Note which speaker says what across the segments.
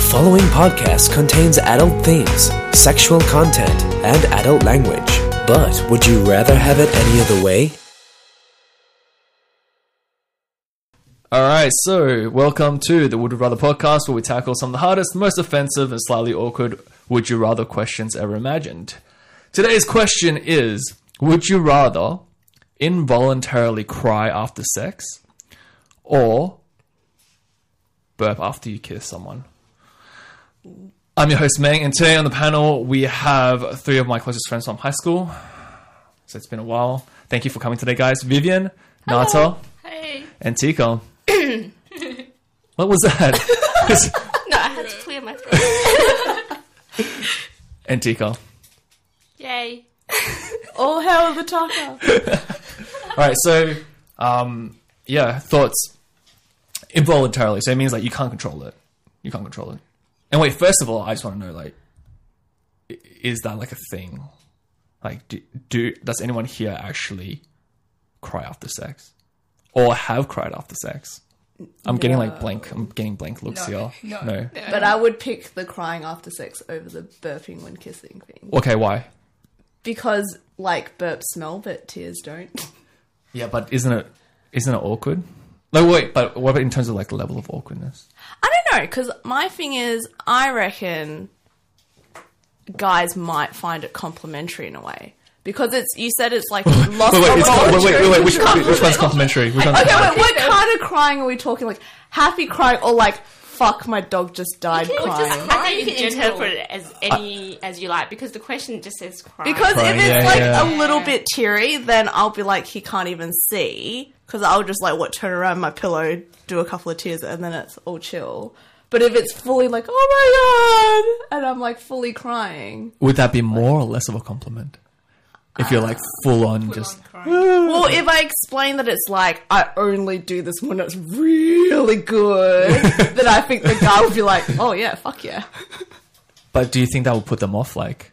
Speaker 1: following podcast contains adult themes, sexual content, and adult language. But would you rather have it any other way?
Speaker 2: All right, so welcome to the Would You Rather podcast, where we tackle some of the hardest, most offensive, and slightly awkward Would You Rather questions ever imagined. Today's question is Would you rather involuntarily cry after sex or burp after you kiss someone? I'm your host, Meng, and today on the panel we have three of my closest friends from high school. So it's been a while. Thank you for coming today, guys. Vivian, Nata,
Speaker 3: Hey.
Speaker 2: and Tico. what was that?
Speaker 3: No, I had to clear my throat.
Speaker 2: and Tico. All
Speaker 3: Yay.
Speaker 4: All hell the taco.
Speaker 2: right, so um, yeah, thoughts involuntarily. So it means like you can't control it. You can't control it. And wait, first of all, I just want to know like, i- is that like a thing? Like, do, do does anyone here actually cry after sex, or have cried after sex? I'm getting like blank. I'm getting blank looks here.
Speaker 4: No.
Speaker 2: no.
Speaker 4: But I would pick the crying after sex over the burping when kissing thing.
Speaker 2: Okay, why?
Speaker 4: Because, like, burps smell, but tears don't.
Speaker 2: Yeah, but isn't it isn't it awkward? No, wait, but what about in terms of like level of awkwardness?
Speaker 4: I don't know, because my thing is, I reckon guys might find it complimentary in a way. Because it's, you said it's like lost
Speaker 2: Wait, wait, it's, wait,
Speaker 4: involuntarily.
Speaker 2: wait, wait, wait, which, which one's complimentary? Which one's
Speaker 4: Okay, wait, what kind of crying are we talking? Like, happy crying or like, fuck, my dog just died crying?
Speaker 3: I think you can
Speaker 5: in general.
Speaker 3: interpret it as any as you like because the question just says cry.
Speaker 4: Because
Speaker 2: Crying,
Speaker 4: if it's
Speaker 2: yeah,
Speaker 4: like
Speaker 2: yeah.
Speaker 4: a little bit teary, then I'll be like, he can't even see. Because I'll just like, what, turn around my pillow, do a couple of tears, and then it's all chill. But if it's fully like, oh my god, and I'm like fully crying.
Speaker 2: Would that be more or less of a compliment? If you're like full on just
Speaker 4: Well, if I explain that it's like, I only do this when it's really good, then I think the guy would be like, oh yeah, fuck yeah.
Speaker 2: But do you think that will put them off like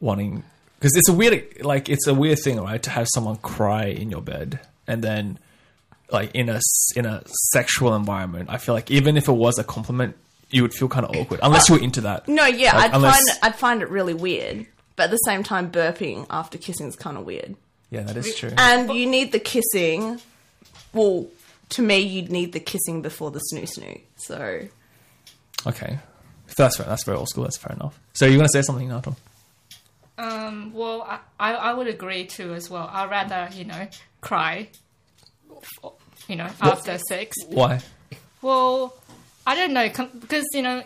Speaker 2: wanting because it's a weird like it's a weird thing, right, to have someone cry in your bed and then like in a s- in a sexual environment. I feel like even if it was a compliment, you would feel kind of awkward unless you were into that.
Speaker 4: No, yeah,
Speaker 2: Like,
Speaker 4: I'd,
Speaker 2: unless-
Speaker 4: find, I'd find it really weird. But at the same time, burping after kissing is kind of weird.
Speaker 2: Yeah, that is true.
Speaker 4: And you need the kissing. Well, to me, you'd need the kissing before the snoo snoo. So
Speaker 2: Okay. If That's fair. That's very old school. That's fair enough. So you're gonna say something, Nato?
Speaker 5: Um, well, I, I, I would agree too as well. I'd rather, you know, cry, you know, after sex.
Speaker 2: Why?
Speaker 5: Well, I don't know, com- because, you know,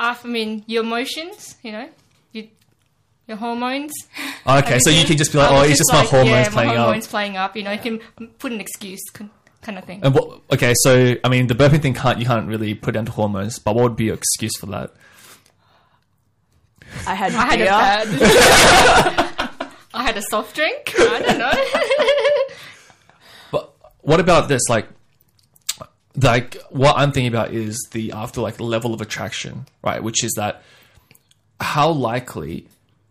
Speaker 5: I mean, your emotions, you know, you, your hormones.
Speaker 2: Oh, okay, so you
Speaker 5: everything.
Speaker 2: can just be like,
Speaker 5: I
Speaker 2: oh,
Speaker 5: was
Speaker 2: it's just my
Speaker 5: like,
Speaker 2: hormones
Speaker 5: yeah,
Speaker 2: playing
Speaker 5: my hormones
Speaker 2: up.
Speaker 5: playing up, you know, you can put an excuse con- kind of thing.
Speaker 2: And what, okay, so I mean, the burping thing can't you can't really put down to hormones, but what would be your excuse for that?
Speaker 4: I had
Speaker 5: I had
Speaker 4: beer.
Speaker 5: a bad. I had a soft drink. I don't know.
Speaker 2: But what about this? Like, like what I'm thinking about is the after like level of attraction, right? Which is that how likely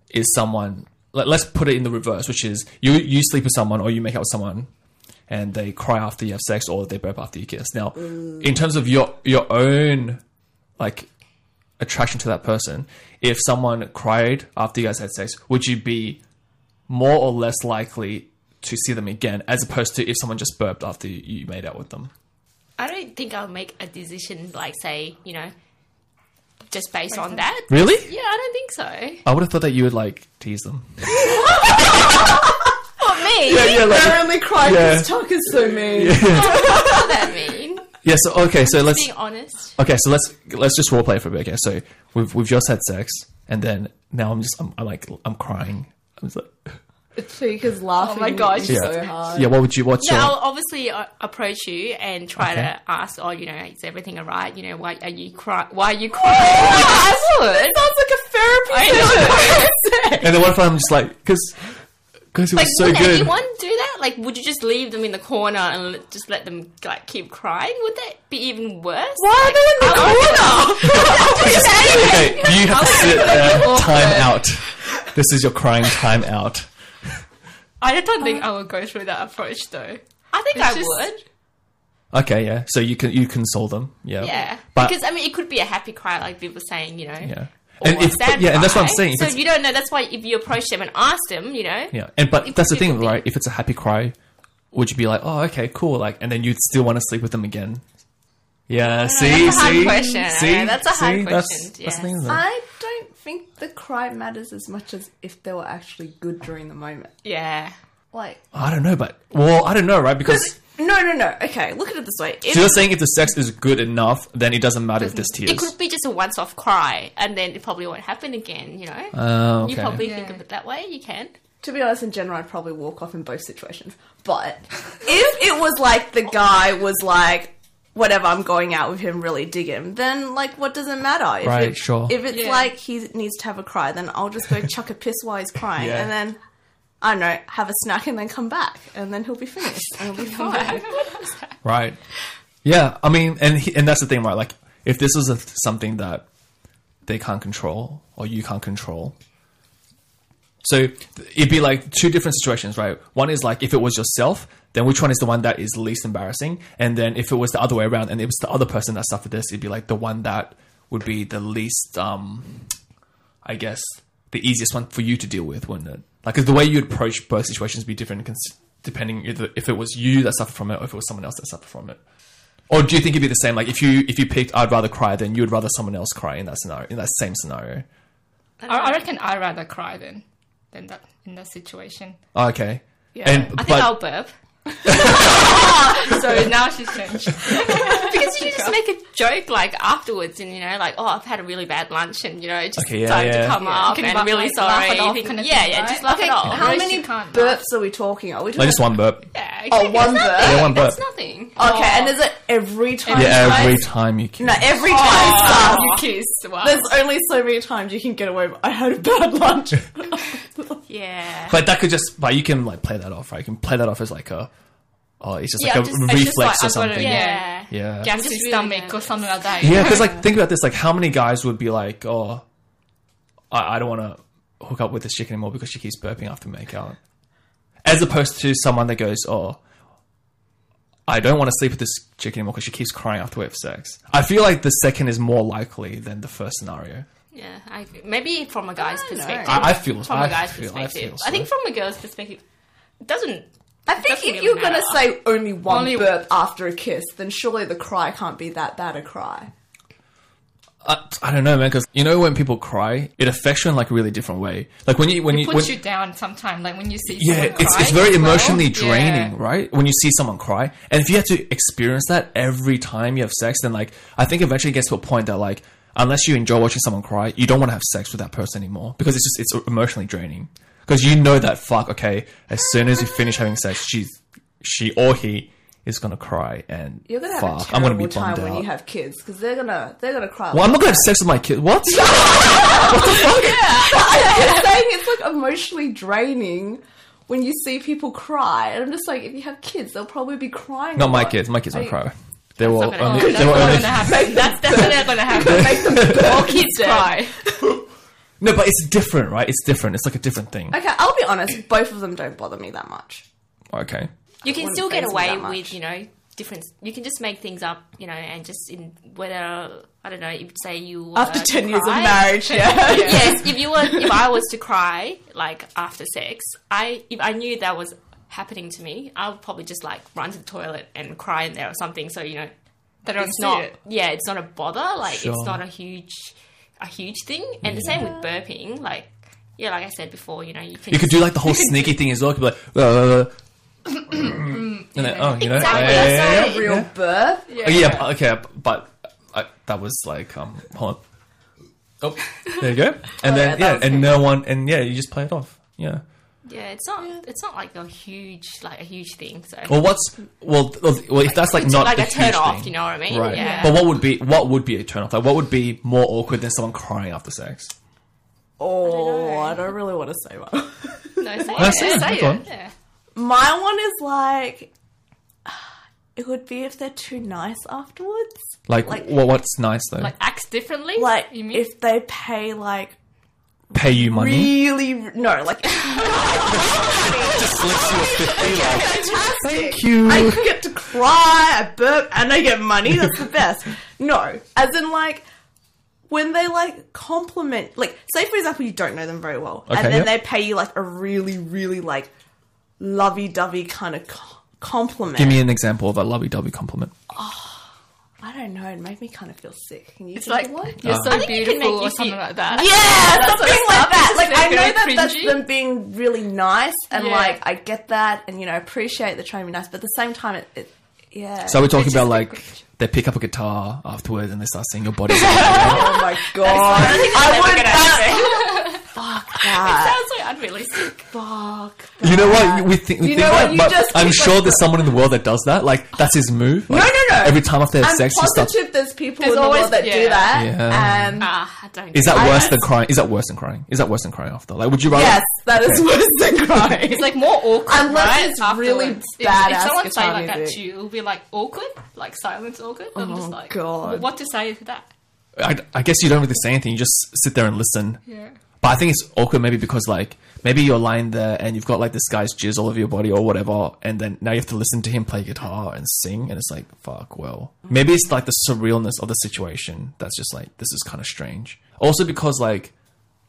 Speaker 2: is someone? Let, let's put it in the reverse, which is you you sleep with someone or you make out with someone, and they cry after you have sex or they burp after you kiss. Now, in terms of your your own like attraction to that person, if someone cried after you guys had sex, would you be more or less likely to see them again as opposed to if someone just burped after you you made out with them?
Speaker 3: I don't think I'll make a decision like say, you know, just based on that.
Speaker 2: Really?
Speaker 3: Yeah, I don't think so.
Speaker 2: I would have thought that you would like tease them.
Speaker 3: Not me.
Speaker 2: yeah,
Speaker 4: I only cried
Speaker 2: Yeah.
Speaker 4: because talk is so mean.
Speaker 3: What does that mean?
Speaker 2: yeah. So okay, so let's
Speaker 3: Being honest.
Speaker 2: okay, so let's let's just role play for a bit. Okay, so we've we've just had sex, and then now I'm just I'm, I'm like I'm crying. I'm just like
Speaker 4: Because laughing.
Speaker 5: Oh my gosh.
Speaker 4: is
Speaker 2: yeah,
Speaker 4: so hard.
Speaker 2: yeah. What would you? What's
Speaker 3: Yeah, I'll
Speaker 2: your?
Speaker 3: obviously uh, approach you and try
Speaker 2: Okay.
Speaker 3: to ask, oh, you know, is everything alright? You know, why are you cry? Why are you crying? I would.
Speaker 4: Sounds like a therapy
Speaker 3: I
Speaker 4: session.
Speaker 2: And then what if I'm just like because because it
Speaker 3: Like,
Speaker 2: was so
Speaker 3: would
Speaker 2: good.
Speaker 3: anyone do that? Like, would you just leave them in the corner and l- just let them like keep crying? Would that be even worse?
Speaker 4: Why are they in the corner?
Speaker 2: Okay, you have to sit there. Time out. This is your crying time out.
Speaker 5: I don't think I would go through that approach though.
Speaker 3: I think
Speaker 5: It's
Speaker 3: I
Speaker 5: just-
Speaker 3: would.
Speaker 2: Okay, yeah. So you can you console them. Yeah.
Speaker 3: Yeah,
Speaker 2: But
Speaker 3: because I mean, it could be a happy cry, like people were saying, you know.
Speaker 2: yeah.
Speaker 3: or
Speaker 2: And
Speaker 3: a
Speaker 2: if,
Speaker 3: sad
Speaker 2: yeah, and that's what I'm
Speaker 3: cry.
Speaker 2: saying. If
Speaker 3: So
Speaker 2: it's-
Speaker 3: you don't know. That's why if you approach them and ask them, you know,
Speaker 2: Yeah, and but
Speaker 3: If
Speaker 2: that's the
Speaker 3: you
Speaker 2: thing,
Speaker 3: could be-
Speaker 2: right? If it's a happy cry, would you be like, "Oh, okay, cool," like, and then you'd still want to sleep with them again? Yeah, see,
Speaker 3: Mm, that's a hard
Speaker 2: see,
Speaker 3: question. I
Speaker 2: see,
Speaker 3: know, that's a hard
Speaker 2: see? That's-
Speaker 3: question,
Speaker 2: that's the thing,
Speaker 3: yes.
Speaker 2: isn't it?
Speaker 4: I don't think the cry matters as much as if they were actually good during the moment.
Speaker 3: yeah,
Speaker 4: Like,
Speaker 2: I don't know, but well, I don't know, right? Because
Speaker 4: no, no, no. Okay, look at it this way. If,
Speaker 2: so you're saying if the sex is good enough, then it doesn't matter if there's
Speaker 3: it
Speaker 2: tears.
Speaker 3: could be just a once-off cry, and then it probably won't happen again. You know,
Speaker 2: Oh,
Speaker 3: you
Speaker 2: okay.
Speaker 3: probably
Speaker 5: Yeah.
Speaker 3: think of it that way. You can.
Speaker 4: to be honest, in general, I'd probably walk off in both situations. But if it was like the guy was like, whatever, I'm going out with him, really dig him, then like, what does it matter? If
Speaker 2: Right,
Speaker 4: it-
Speaker 2: sure.
Speaker 4: If it's
Speaker 5: Yeah.
Speaker 4: like he needs to have a cry, then I'll just go chuck a piss while he's crying,
Speaker 2: Yeah.
Speaker 4: and then. I don't know, have a snack and then come back, and then he'll be finished, and he'll be fine.
Speaker 2: Right. Yeah, I mean, and he, and that's the thing, right? Like, if this is a, something that they can't control or you can't control, so it'd be like two different situations, right? One is like if it was yourself, then which one is the one that is least embarrassing? And then if it was the other way around, and it was the other person that suffered this, it'd be like the one that would be the least, um, I guess, the easiest one for you to deal with, wouldn't it? Like, 'cause the way you approach both situations would be different, cons- depending either if it was you that suffered from it or if it was someone else that suffered from it. Or do you think it'd be the same? Like, if you if you picked, I'd rather cry, then you would rather someone else cry in that scenario, in that same scenario.
Speaker 5: I, I reckon I'd rather cry than than that in that situation.
Speaker 2: Oh, Okay.
Speaker 5: Yeah.
Speaker 2: And,
Speaker 5: I
Speaker 3: I think
Speaker 2: but-
Speaker 3: I'll burp
Speaker 5: So now she's changed.
Speaker 3: because you just make a joke like afterwards, and you know, like oh, I've had a really bad lunch, and you know, just
Speaker 2: Okay, yeah,
Speaker 3: starting
Speaker 2: yeah.
Speaker 3: to come
Speaker 5: Yeah.
Speaker 3: up
Speaker 5: You can
Speaker 3: and
Speaker 5: laugh-
Speaker 3: really
Speaker 5: like, laugh
Speaker 3: sorry.
Speaker 5: it off
Speaker 3: You think-
Speaker 5: kind of
Speaker 3: yeah,
Speaker 5: thing,
Speaker 3: yeah,
Speaker 5: right?
Speaker 3: just laugh
Speaker 5: Okay,
Speaker 3: it off.
Speaker 5: how
Speaker 4: How
Speaker 5: Roast
Speaker 4: many
Speaker 5: you can't
Speaker 4: burps are we talking? Are we
Speaker 2: Like
Speaker 4: talking?
Speaker 2: just one burp.
Speaker 3: Yeah,
Speaker 4: Oh,
Speaker 3: exactly.
Speaker 4: one
Speaker 3: That's
Speaker 4: burp.
Speaker 2: Yeah, one burp.
Speaker 3: That's nothing.
Speaker 4: Okay, and
Speaker 3: Oh.
Speaker 4: is it every time?
Speaker 2: Yeah,
Speaker 4: you
Speaker 2: every
Speaker 4: guys-
Speaker 2: time you kiss.
Speaker 4: No, every time.
Speaker 3: Oh.
Speaker 4: Stars.
Speaker 3: You kiss. Wow.
Speaker 4: There's only so many times you can get away. with, I had a bad lunch.
Speaker 3: Yeah.
Speaker 2: But that could just, but you can like play that off, right? You can play that off as like a, oh, it's just
Speaker 5: Yeah,
Speaker 2: like a
Speaker 5: just- it's
Speaker 2: reflex
Speaker 5: just like,
Speaker 2: or
Speaker 5: I've got
Speaker 2: something.
Speaker 5: to- yeah.
Speaker 3: yeah.
Speaker 2: Yeah.
Speaker 5: Gassy
Speaker 3: Just really
Speaker 5: stomach or
Speaker 3: nervous.
Speaker 5: something like that.
Speaker 2: Yeah, because like think about this, like how many guys would be like, oh, I, I don't want to hook up with this chick anymore because she keeps burping after makeout, as opposed to someone that goes, oh, I don't want to sleep with this chick anymore because she keeps crying after we have sex. I feel like the second is more likely than the first scenario.
Speaker 3: Yeah, I, maybe from a guy's
Speaker 4: don't know.
Speaker 3: perspective.
Speaker 2: I, I feel
Speaker 3: from
Speaker 2: I
Speaker 3: a guy's
Speaker 2: feel, I
Speaker 3: perspective.
Speaker 2: feel
Speaker 3: I, think
Speaker 2: so.
Speaker 3: from a girl's perspective, it doesn't.
Speaker 4: I think
Speaker 3: Doesn't
Speaker 4: if
Speaker 3: really
Speaker 4: you're gonna
Speaker 3: matter.
Speaker 4: say only one
Speaker 5: Only-
Speaker 4: burp after a kiss, then surely the cry can't be that bad a cry.
Speaker 2: I, I don't know, man. Because you know when people cry, it affects you in like a really different way. Like when you when you,
Speaker 5: puts
Speaker 2: when,
Speaker 5: you down sometimes. Like when you see
Speaker 2: yeah,
Speaker 5: someone
Speaker 2: it's
Speaker 5: cry
Speaker 2: it's very
Speaker 5: as well.
Speaker 2: emotionally
Speaker 5: Yeah.
Speaker 2: draining, right? When you see someone cry, and if you have to experience that every time you have sex, then like I think eventually it gets to a point that like unless you enjoy watching someone cry, you don't want to have sex with that person anymore because it's just it's emotionally draining. Because you know that fuck, okay, as soon as you finish having sex, she's she or he is gonna cry, and
Speaker 4: You're gonna have
Speaker 2: fuck,
Speaker 4: a
Speaker 2: I'm gonna be
Speaker 4: terrible
Speaker 2: bummed
Speaker 4: time
Speaker 2: out.
Speaker 4: when you have kids because they're gonna they're gonna cry.
Speaker 2: well, I'm not gonna have sex with my kid. What?
Speaker 4: I'm saying it's like emotionally draining when you see people cry, and I'm just like, if you have kids, they'll probably be crying.
Speaker 2: Not
Speaker 4: a
Speaker 2: my
Speaker 4: lot.
Speaker 2: kids. My kids won't
Speaker 4: I-
Speaker 2: cry. They will
Speaker 3: not gonna
Speaker 2: only.
Speaker 3: happen.
Speaker 2: They will only.
Speaker 5: That's not gonna happen. That's definitely not gonna happen.
Speaker 4: Make them burp
Speaker 3: Kids
Speaker 4: instead.
Speaker 3: cry.
Speaker 2: No, but it's different, right? It's different. It's like a different thing.
Speaker 4: Okay, I'll be honest. Both of them don't bother me that much.
Speaker 2: Okay.
Speaker 3: You can
Speaker 4: wouldn't
Speaker 3: still
Speaker 4: faze
Speaker 3: get
Speaker 4: me
Speaker 3: away
Speaker 4: that much.
Speaker 3: with, you know, different. You can just make things up, you know, and just in whether I don't know. If say you
Speaker 4: After
Speaker 3: were to
Speaker 4: ten years of
Speaker 3: cry-
Speaker 4: marriage, yeah.
Speaker 3: yes, if you were, if I was to cry like after sex, I if I knew that was happening to me, I would probably just like run to the toilet and cry in there or something. So you know,
Speaker 5: They don't
Speaker 3: it's
Speaker 5: see
Speaker 3: not
Speaker 5: it.
Speaker 3: yeah it's not a bother like
Speaker 2: Sure.
Speaker 3: it's not a huge a huge thing and the same with burping like yeah like i said before you know you can
Speaker 2: You could do like the whole sneaky thing as well. You could be like, uh, and then, oh, you know,
Speaker 3: Exactly,
Speaker 2: uh,
Speaker 3: that's
Speaker 2: yeah,
Speaker 3: so
Speaker 2: yeah,
Speaker 4: Real
Speaker 2: yeah.
Speaker 4: birth.
Speaker 2: Oh, yeah, but- okay, but I, that was like, um, hold on. Oh, there you go. And
Speaker 4: yeah,
Speaker 2: then
Speaker 4: that
Speaker 2: yeah,
Speaker 4: was
Speaker 2: and no one, and yeah, you just play it off. Yeah.
Speaker 3: yeah it's not it's not like a huge like a huge thing so
Speaker 2: Well, what's well, th- well, th- well if that's like
Speaker 3: it's
Speaker 2: not
Speaker 3: like
Speaker 2: the
Speaker 3: a turn
Speaker 2: huge
Speaker 3: off
Speaker 2: thing,
Speaker 3: you know what i mean
Speaker 2: right?
Speaker 3: yeah
Speaker 2: But what would be what would be a turn off? Like, what would be more awkward than someone crying after sex?
Speaker 4: Oh, I don't, really want to say one.
Speaker 3: no
Speaker 2: No,
Speaker 3: say it,
Speaker 2: say Oh, it,
Speaker 3: say
Speaker 2: go on.
Speaker 3: it. Yeah.
Speaker 4: My one is like, it would be if they're too nice afterwards.
Speaker 2: Like,
Speaker 4: Like-
Speaker 2: wha- what's nice though?
Speaker 5: Like acts differently.
Speaker 4: Like,
Speaker 5: you mean?
Speaker 4: if they pay like
Speaker 2: Pay you money.
Speaker 4: really no, like
Speaker 2: Thank you.
Speaker 4: I get to cry, I burp, and I get money. That's the best. No, as in like when they like compliment, like say for example you don't know them very well,
Speaker 2: Okay,
Speaker 4: and then
Speaker 2: yeah.
Speaker 4: they pay you like a really, really like lovey-dovey kind of co- compliment.
Speaker 2: Give me an example of a lovey-dovey compliment.
Speaker 4: I don't know. It made me kind of feel sick. Can you
Speaker 5: It's
Speaker 4: think
Speaker 5: like
Speaker 4: of one?
Speaker 5: you're
Speaker 2: I
Speaker 5: so
Speaker 3: think you can
Speaker 5: beautiful
Speaker 3: make
Speaker 5: or
Speaker 3: you
Speaker 5: something
Speaker 3: feel-
Speaker 5: like that.
Speaker 4: Yeah, something like that. Like I
Speaker 5: It's
Speaker 4: know
Speaker 5: very
Speaker 4: that that's
Speaker 5: cringy.
Speaker 4: them being really nice, and
Speaker 5: Yeah.
Speaker 4: like I get that, and you know appreciate the trying to be nice, but at the same time, it, it yeah.
Speaker 2: So we're talking
Speaker 4: It's
Speaker 2: about
Speaker 4: just-
Speaker 2: like they pick up a guitar afterwards and they start singing your body.
Speaker 4: oh my god, I would that. Fuck that.
Speaker 3: Sounds so unrealistic.
Speaker 4: Fuck.
Speaker 2: you know what? You- We think, we
Speaker 4: You
Speaker 2: think
Speaker 4: know
Speaker 2: that,
Speaker 4: what? You
Speaker 2: but
Speaker 4: just
Speaker 2: I'm
Speaker 4: keep,
Speaker 2: sure
Speaker 4: like,
Speaker 2: there's someone in the world that does that. Like that's his move.
Speaker 4: No,
Speaker 2: Like,
Speaker 4: no, no.
Speaker 2: Every time after they have
Speaker 4: I'm
Speaker 2: sex, he starts.
Speaker 4: positive there's Uh-huh. people
Speaker 5: There's
Speaker 4: in the
Speaker 5: always-
Speaker 4: world that do
Speaker 5: yeah.
Speaker 4: that,
Speaker 2: Yeah.
Speaker 4: and
Speaker 3: Ah, I don't.
Speaker 2: Is that
Speaker 4: I-
Speaker 2: worse than crying? Is that worse than crying? Is that worse than crying after? Like, would you rather?
Speaker 4: yes, that is
Speaker 2: Okay.
Speaker 4: worse than crying.
Speaker 5: It's like more awkward.
Speaker 4: Unless
Speaker 5: right?
Speaker 4: it's really
Speaker 5: afterwards. If-
Speaker 4: badass
Speaker 5: If someone say
Speaker 4: guitar
Speaker 5: like that
Speaker 4: music.
Speaker 5: to you, it'll be like awkward, like silence awkward. I'm
Speaker 4: Oh,
Speaker 5: just like,
Speaker 4: God.
Speaker 5: what to say to that?
Speaker 2: I, I guess you don't really say anything. You just sit there and listen.
Speaker 5: Yeah.
Speaker 2: But I think it's awkward maybe because like maybe you're lying there and you've got like this guy's jizz all over your body or whatever, and then now you have to listen to him play guitar and sing, and it's like fuck. Well, maybe it's like the surrealness of the situation that's just like this is kind of strange. Also because like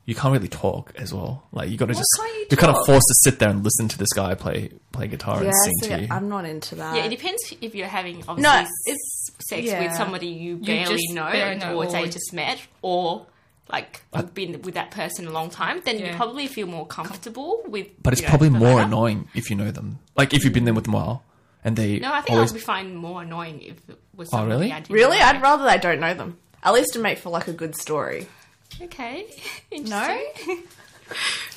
Speaker 2: you can't really talk as well. Like you got to just
Speaker 4: can't you
Speaker 2: are kind of
Speaker 4: talk?
Speaker 2: forced to sit there and listen to this guy play play guitar
Speaker 4: yeah,
Speaker 2: and sing
Speaker 4: so
Speaker 2: to you.
Speaker 4: I'm not into that.
Speaker 3: Yeah, it depends if you're having obviously
Speaker 4: No,
Speaker 3: it's, sex
Speaker 4: yeah.
Speaker 3: with somebody you barely
Speaker 5: just
Speaker 3: know,
Speaker 5: barely know,
Speaker 3: or
Speaker 5: or-
Speaker 3: say just met, or like you've been with that person a long time. Then you
Speaker 5: Yeah.
Speaker 3: probably feel more comfortable with.
Speaker 2: but it's
Speaker 3: you know,
Speaker 2: probably
Speaker 3: the
Speaker 2: more
Speaker 3: latter.
Speaker 2: annoying if you know them. Like if you've been there with them a while and they
Speaker 3: No, I think
Speaker 2: always Oh,
Speaker 3: I would find more annoying if it was somebody
Speaker 2: really?
Speaker 3: I didn't
Speaker 4: really,
Speaker 3: know.
Speaker 4: I'd rather I don't know them. At least to make for like a good story.
Speaker 3: Okay.
Speaker 4: No.
Speaker 3: Interesting.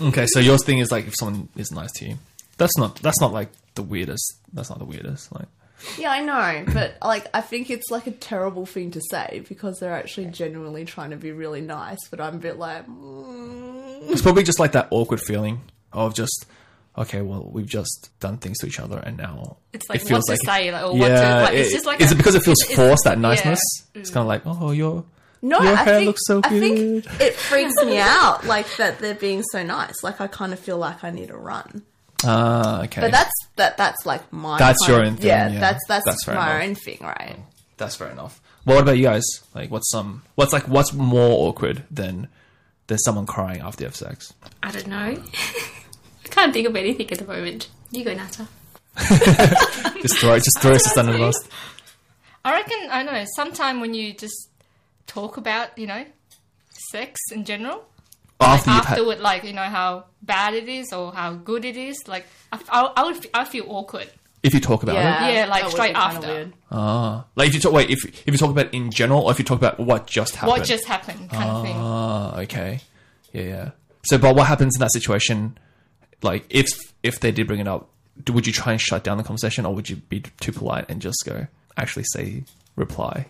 Speaker 2: Okay, so your thing is like if someone is nice to you, that's not that's not like the weirdest. That's not the weirdest. Like
Speaker 4: Yeah, I know, but like I think it's like a terrible thing to say because they're actually genuinely trying to be really nice, but I'm a bit like, mm.
Speaker 2: it's probably just like that awkward feeling of just okay, well we've just done things to each other and now
Speaker 5: It's like what to say, like, or what
Speaker 2: yeah,
Speaker 5: to like.
Speaker 2: it-
Speaker 5: it's just like
Speaker 2: is
Speaker 5: a-
Speaker 2: it because it feels
Speaker 5: it's-
Speaker 2: forced that niceness?
Speaker 5: yeah. mm.
Speaker 2: It's kind of like oh you're
Speaker 4: no,
Speaker 2: Your
Speaker 4: I
Speaker 2: hair
Speaker 4: think
Speaker 2: looks so
Speaker 4: I think
Speaker 2: good.
Speaker 4: it freaks me out, like that they're being so nice. Like I kind of feel like I need to run,
Speaker 2: ah okay.
Speaker 4: but that's that that's like my
Speaker 2: That's
Speaker 4: kind
Speaker 2: your
Speaker 4: of-
Speaker 2: own thing, yeah.
Speaker 4: that's that's,
Speaker 2: That's fair
Speaker 4: my
Speaker 2: enough.
Speaker 4: own thing, right?
Speaker 2: That's fair enough. Well, what about you guys? Like what's some what's like what's more awkward than there's someone crying after you have sex?
Speaker 3: I don't know. I can't think of anything at the moment. You go, Nata.
Speaker 2: Just throw just throw us under the bus.
Speaker 5: I reckon I don't know. Sometime when you just talk about you know sex in general,
Speaker 2: after you've had
Speaker 5: afterward, like you know how bad it is or how good it is. Like I, I, I would, I feel awkward.
Speaker 2: if you talk about it.
Speaker 4: Yeah,
Speaker 5: Yeah, like
Speaker 4: Uh, that would
Speaker 5: straight
Speaker 4: be kinda
Speaker 5: after.
Speaker 4: weird.
Speaker 2: Ah, like if you talk, wait, if if you talk about in general, or if you talk about what just happened.
Speaker 5: What just happened, kind of thing.
Speaker 2: Ah, okay, yeah, yeah. So, but what happens in that situation? Like, if if they did bring it up, do- would you try and shut down the conversation, or would you be too polite and just go actually say reply?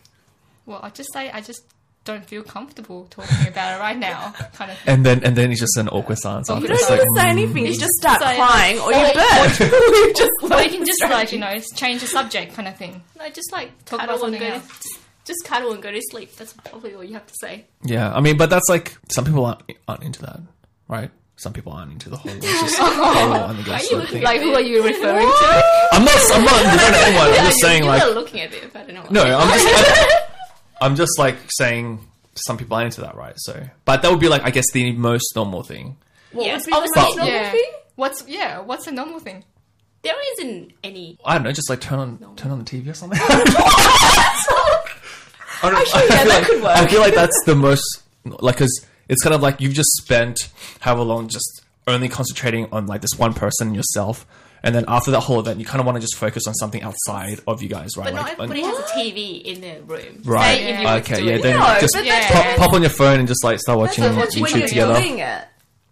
Speaker 5: Well, I just say I just don't feel comfortable talking about it right now, kind of. Thing.
Speaker 2: And then and then it's just an awkward silence.
Speaker 5: Well, you
Speaker 2: after.
Speaker 4: You
Speaker 2: It's
Speaker 4: don't
Speaker 2: like, mm.
Speaker 4: even say anything. You just start
Speaker 5: say-
Speaker 4: crying, or you
Speaker 5: or-
Speaker 4: burp. you just
Speaker 5: Or
Speaker 4: like
Speaker 5: you can just like you know change the subject, kind of thing.
Speaker 3: No, just like
Speaker 5: Talk about
Speaker 3: cuddle and
Speaker 5: something
Speaker 3: go. To,
Speaker 5: else.
Speaker 3: just, just cuddle and go to sleep. That's probably all you have to say.
Speaker 2: yeah, I mean, but that's like some people aren't aren't into that, right? Some people aren't into the whole. let's Just, oh, I'm gonna
Speaker 3: you
Speaker 2: sort of
Speaker 3: looking
Speaker 2: thing.
Speaker 5: Like who are you referring to?
Speaker 2: I'm not. I'm not defending anyone. I'm just
Speaker 3: you,
Speaker 2: saying
Speaker 3: you
Speaker 2: like.
Speaker 3: were looking at it, but I don't know. What
Speaker 2: No, I'm just I, I'm just like saying some people aren't into that, right? So, but that would be like I guess the most normal thing.
Speaker 3: yes,
Speaker 4: would be the
Speaker 3: obviously,
Speaker 2: most
Speaker 3: it's not-
Speaker 5: yeah.
Speaker 4: thing?
Speaker 5: What's yeah? What's a normal thing?
Speaker 3: there isn't any.
Speaker 2: I don't know, just like turn on turn on the TV or something. I don't know, I
Speaker 4: yeah,
Speaker 2: feel
Speaker 4: that
Speaker 2: like,
Speaker 4: could work.
Speaker 2: I feel like that's the most like because it's kind of like you've just spent however long just only concentrating on like this one person and yourself, and then after that whole event, you kind of want to just focus on something outside of you guys, right? like,
Speaker 3: But not
Speaker 2: on-
Speaker 3: everybody has a TV in their room.
Speaker 2: right?
Speaker 3: Say if you
Speaker 5: Yeah.
Speaker 3: were to
Speaker 2: Okay,
Speaker 3: do
Speaker 2: yeah.
Speaker 3: it.
Speaker 2: Then
Speaker 4: No,
Speaker 2: just
Speaker 4: but
Speaker 5: that's-
Speaker 2: pop, pop on your phone and just like start watching
Speaker 4: That's what- when
Speaker 2: YouTube
Speaker 4: you're
Speaker 2: together.
Speaker 4: doing it.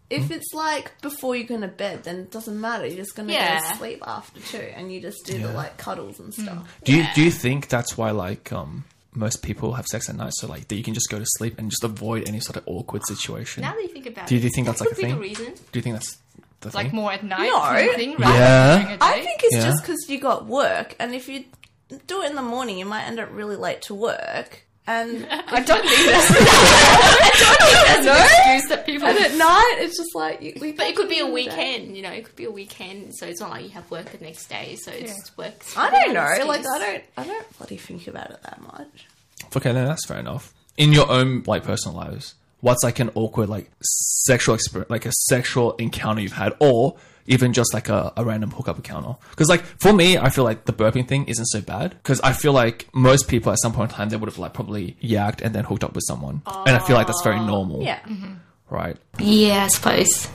Speaker 4: If it's like before you're going to bed, then it doesn't matter. You're just going to go
Speaker 3: Yeah.
Speaker 4: to sleep after too, and you just do the like cuddles and stuff.
Speaker 2: Do you do you think that's why like um most people have sex at night so like that you can just go to sleep and just avoid any sort of awkward situation?
Speaker 3: Now that you think about
Speaker 2: do
Speaker 3: it,
Speaker 2: you, do you think that's
Speaker 3: that
Speaker 2: like a
Speaker 3: could be
Speaker 2: thing?
Speaker 3: the reason.
Speaker 2: Do you think that's the
Speaker 5: Like
Speaker 2: thing?
Speaker 5: more at night?
Speaker 4: No.
Speaker 5: kind of thing, rather
Speaker 2: Yeah.
Speaker 5: than during the
Speaker 4: I
Speaker 5: day?
Speaker 4: think it's
Speaker 2: Yeah.
Speaker 4: just 'cause just because you got work, and if you do it in the morning, you might end up really late to work. And
Speaker 5: I don't think that's, I don't think that's an excuse that people.
Speaker 4: and at night, it's just like you, we
Speaker 3: But it could be a weekend, you know. It could be a weekend, so it's not like you have work the next day. So it's work.
Speaker 4: I don't know. Like I don't. I don't bloody think about it that much.
Speaker 2: Okay, then that's fair enough. In your own like personal lives, what's like an awkward like sexual experience, like a sexual encounter you've had, or even just like a, a random hookup encounter? Because like for me, I feel like the burping thing isn't so bad because I feel like most people at some point in time they would have like probably yacked and then hooked up with someone, and I feel like that's very normal.
Speaker 4: Yeah.
Speaker 2: Right.
Speaker 3: Yeah, I suppose.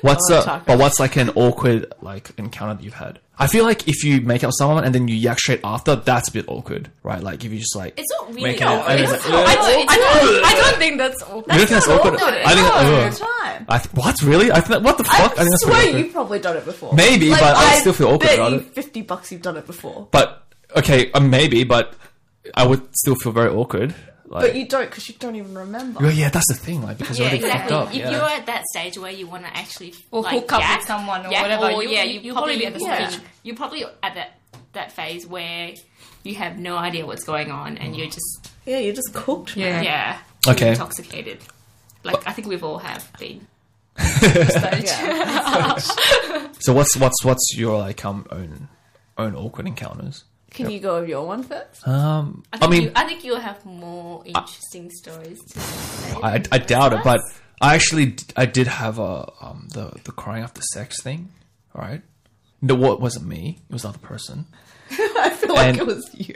Speaker 2: What's
Speaker 4: I love
Speaker 2: a,
Speaker 4: tacos.
Speaker 2: but what's like an awkward like encounter that you've had? I feel like if you make out with someone and then you yak straight after, that's a bit awkward, right? Like if you just like
Speaker 3: It's not really
Speaker 2: Make out,
Speaker 3: awkward.
Speaker 2: and it's
Speaker 3: It's
Speaker 2: like,
Speaker 3: not-
Speaker 2: "Ugh."
Speaker 3: I don't- I don't- I don't think that's awkward.
Speaker 2: you don't think that's awkward?
Speaker 4: awkward.
Speaker 2: I think
Speaker 4: All
Speaker 2: ugh.
Speaker 4: the time.
Speaker 2: I th- what really? I think that, what the fuck? I think
Speaker 4: I
Speaker 2: that's pretty
Speaker 4: swear
Speaker 2: awkward.
Speaker 4: you've probably done it before.
Speaker 2: Maybe, but I still feel awkward
Speaker 4: bet
Speaker 2: about
Speaker 4: you
Speaker 2: it.
Speaker 4: Fifty bucks, you've done it before,
Speaker 2: But okay, uh, maybe, but I would still feel very awkward. Like,
Speaker 4: but you don't because you don't even remember.
Speaker 2: Well, yeah, that's the thing, like because
Speaker 3: Yeah,
Speaker 2: you're already
Speaker 3: exactly.
Speaker 2: fucked up.
Speaker 3: If
Speaker 2: Yeah.
Speaker 3: you're at that stage where you want to actually
Speaker 5: Or
Speaker 3: like,
Speaker 5: hook up
Speaker 3: yak-
Speaker 5: with someone or
Speaker 3: yak-
Speaker 5: whatever, you-
Speaker 3: yeah,
Speaker 5: you-
Speaker 3: you,
Speaker 5: you'll
Speaker 3: probably
Speaker 5: probably be
Speaker 4: at the
Speaker 3: yeah.
Speaker 4: stage.
Speaker 3: you're probably at that that phase where you have no idea what's going on and you're just
Speaker 4: Yeah, you just cooked.
Speaker 5: Yeah.
Speaker 3: yeah
Speaker 2: Okay.
Speaker 3: intoxicated. Like I think we've all have been.
Speaker 4: Yeah.
Speaker 2: so what's what's what's your like um own own awkward encounters?
Speaker 4: Can you go with your one first?
Speaker 2: Um,
Speaker 3: I,
Speaker 2: I,
Speaker 3: think
Speaker 2: mean,
Speaker 3: you, I think you'll have more interesting stories. To say.
Speaker 2: I, I doubt it, but I actually d- I did have a um the the crying after sex thing, all right? No, what wasn't me? It was another person.
Speaker 4: I feel like
Speaker 2: And-
Speaker 4: it was you.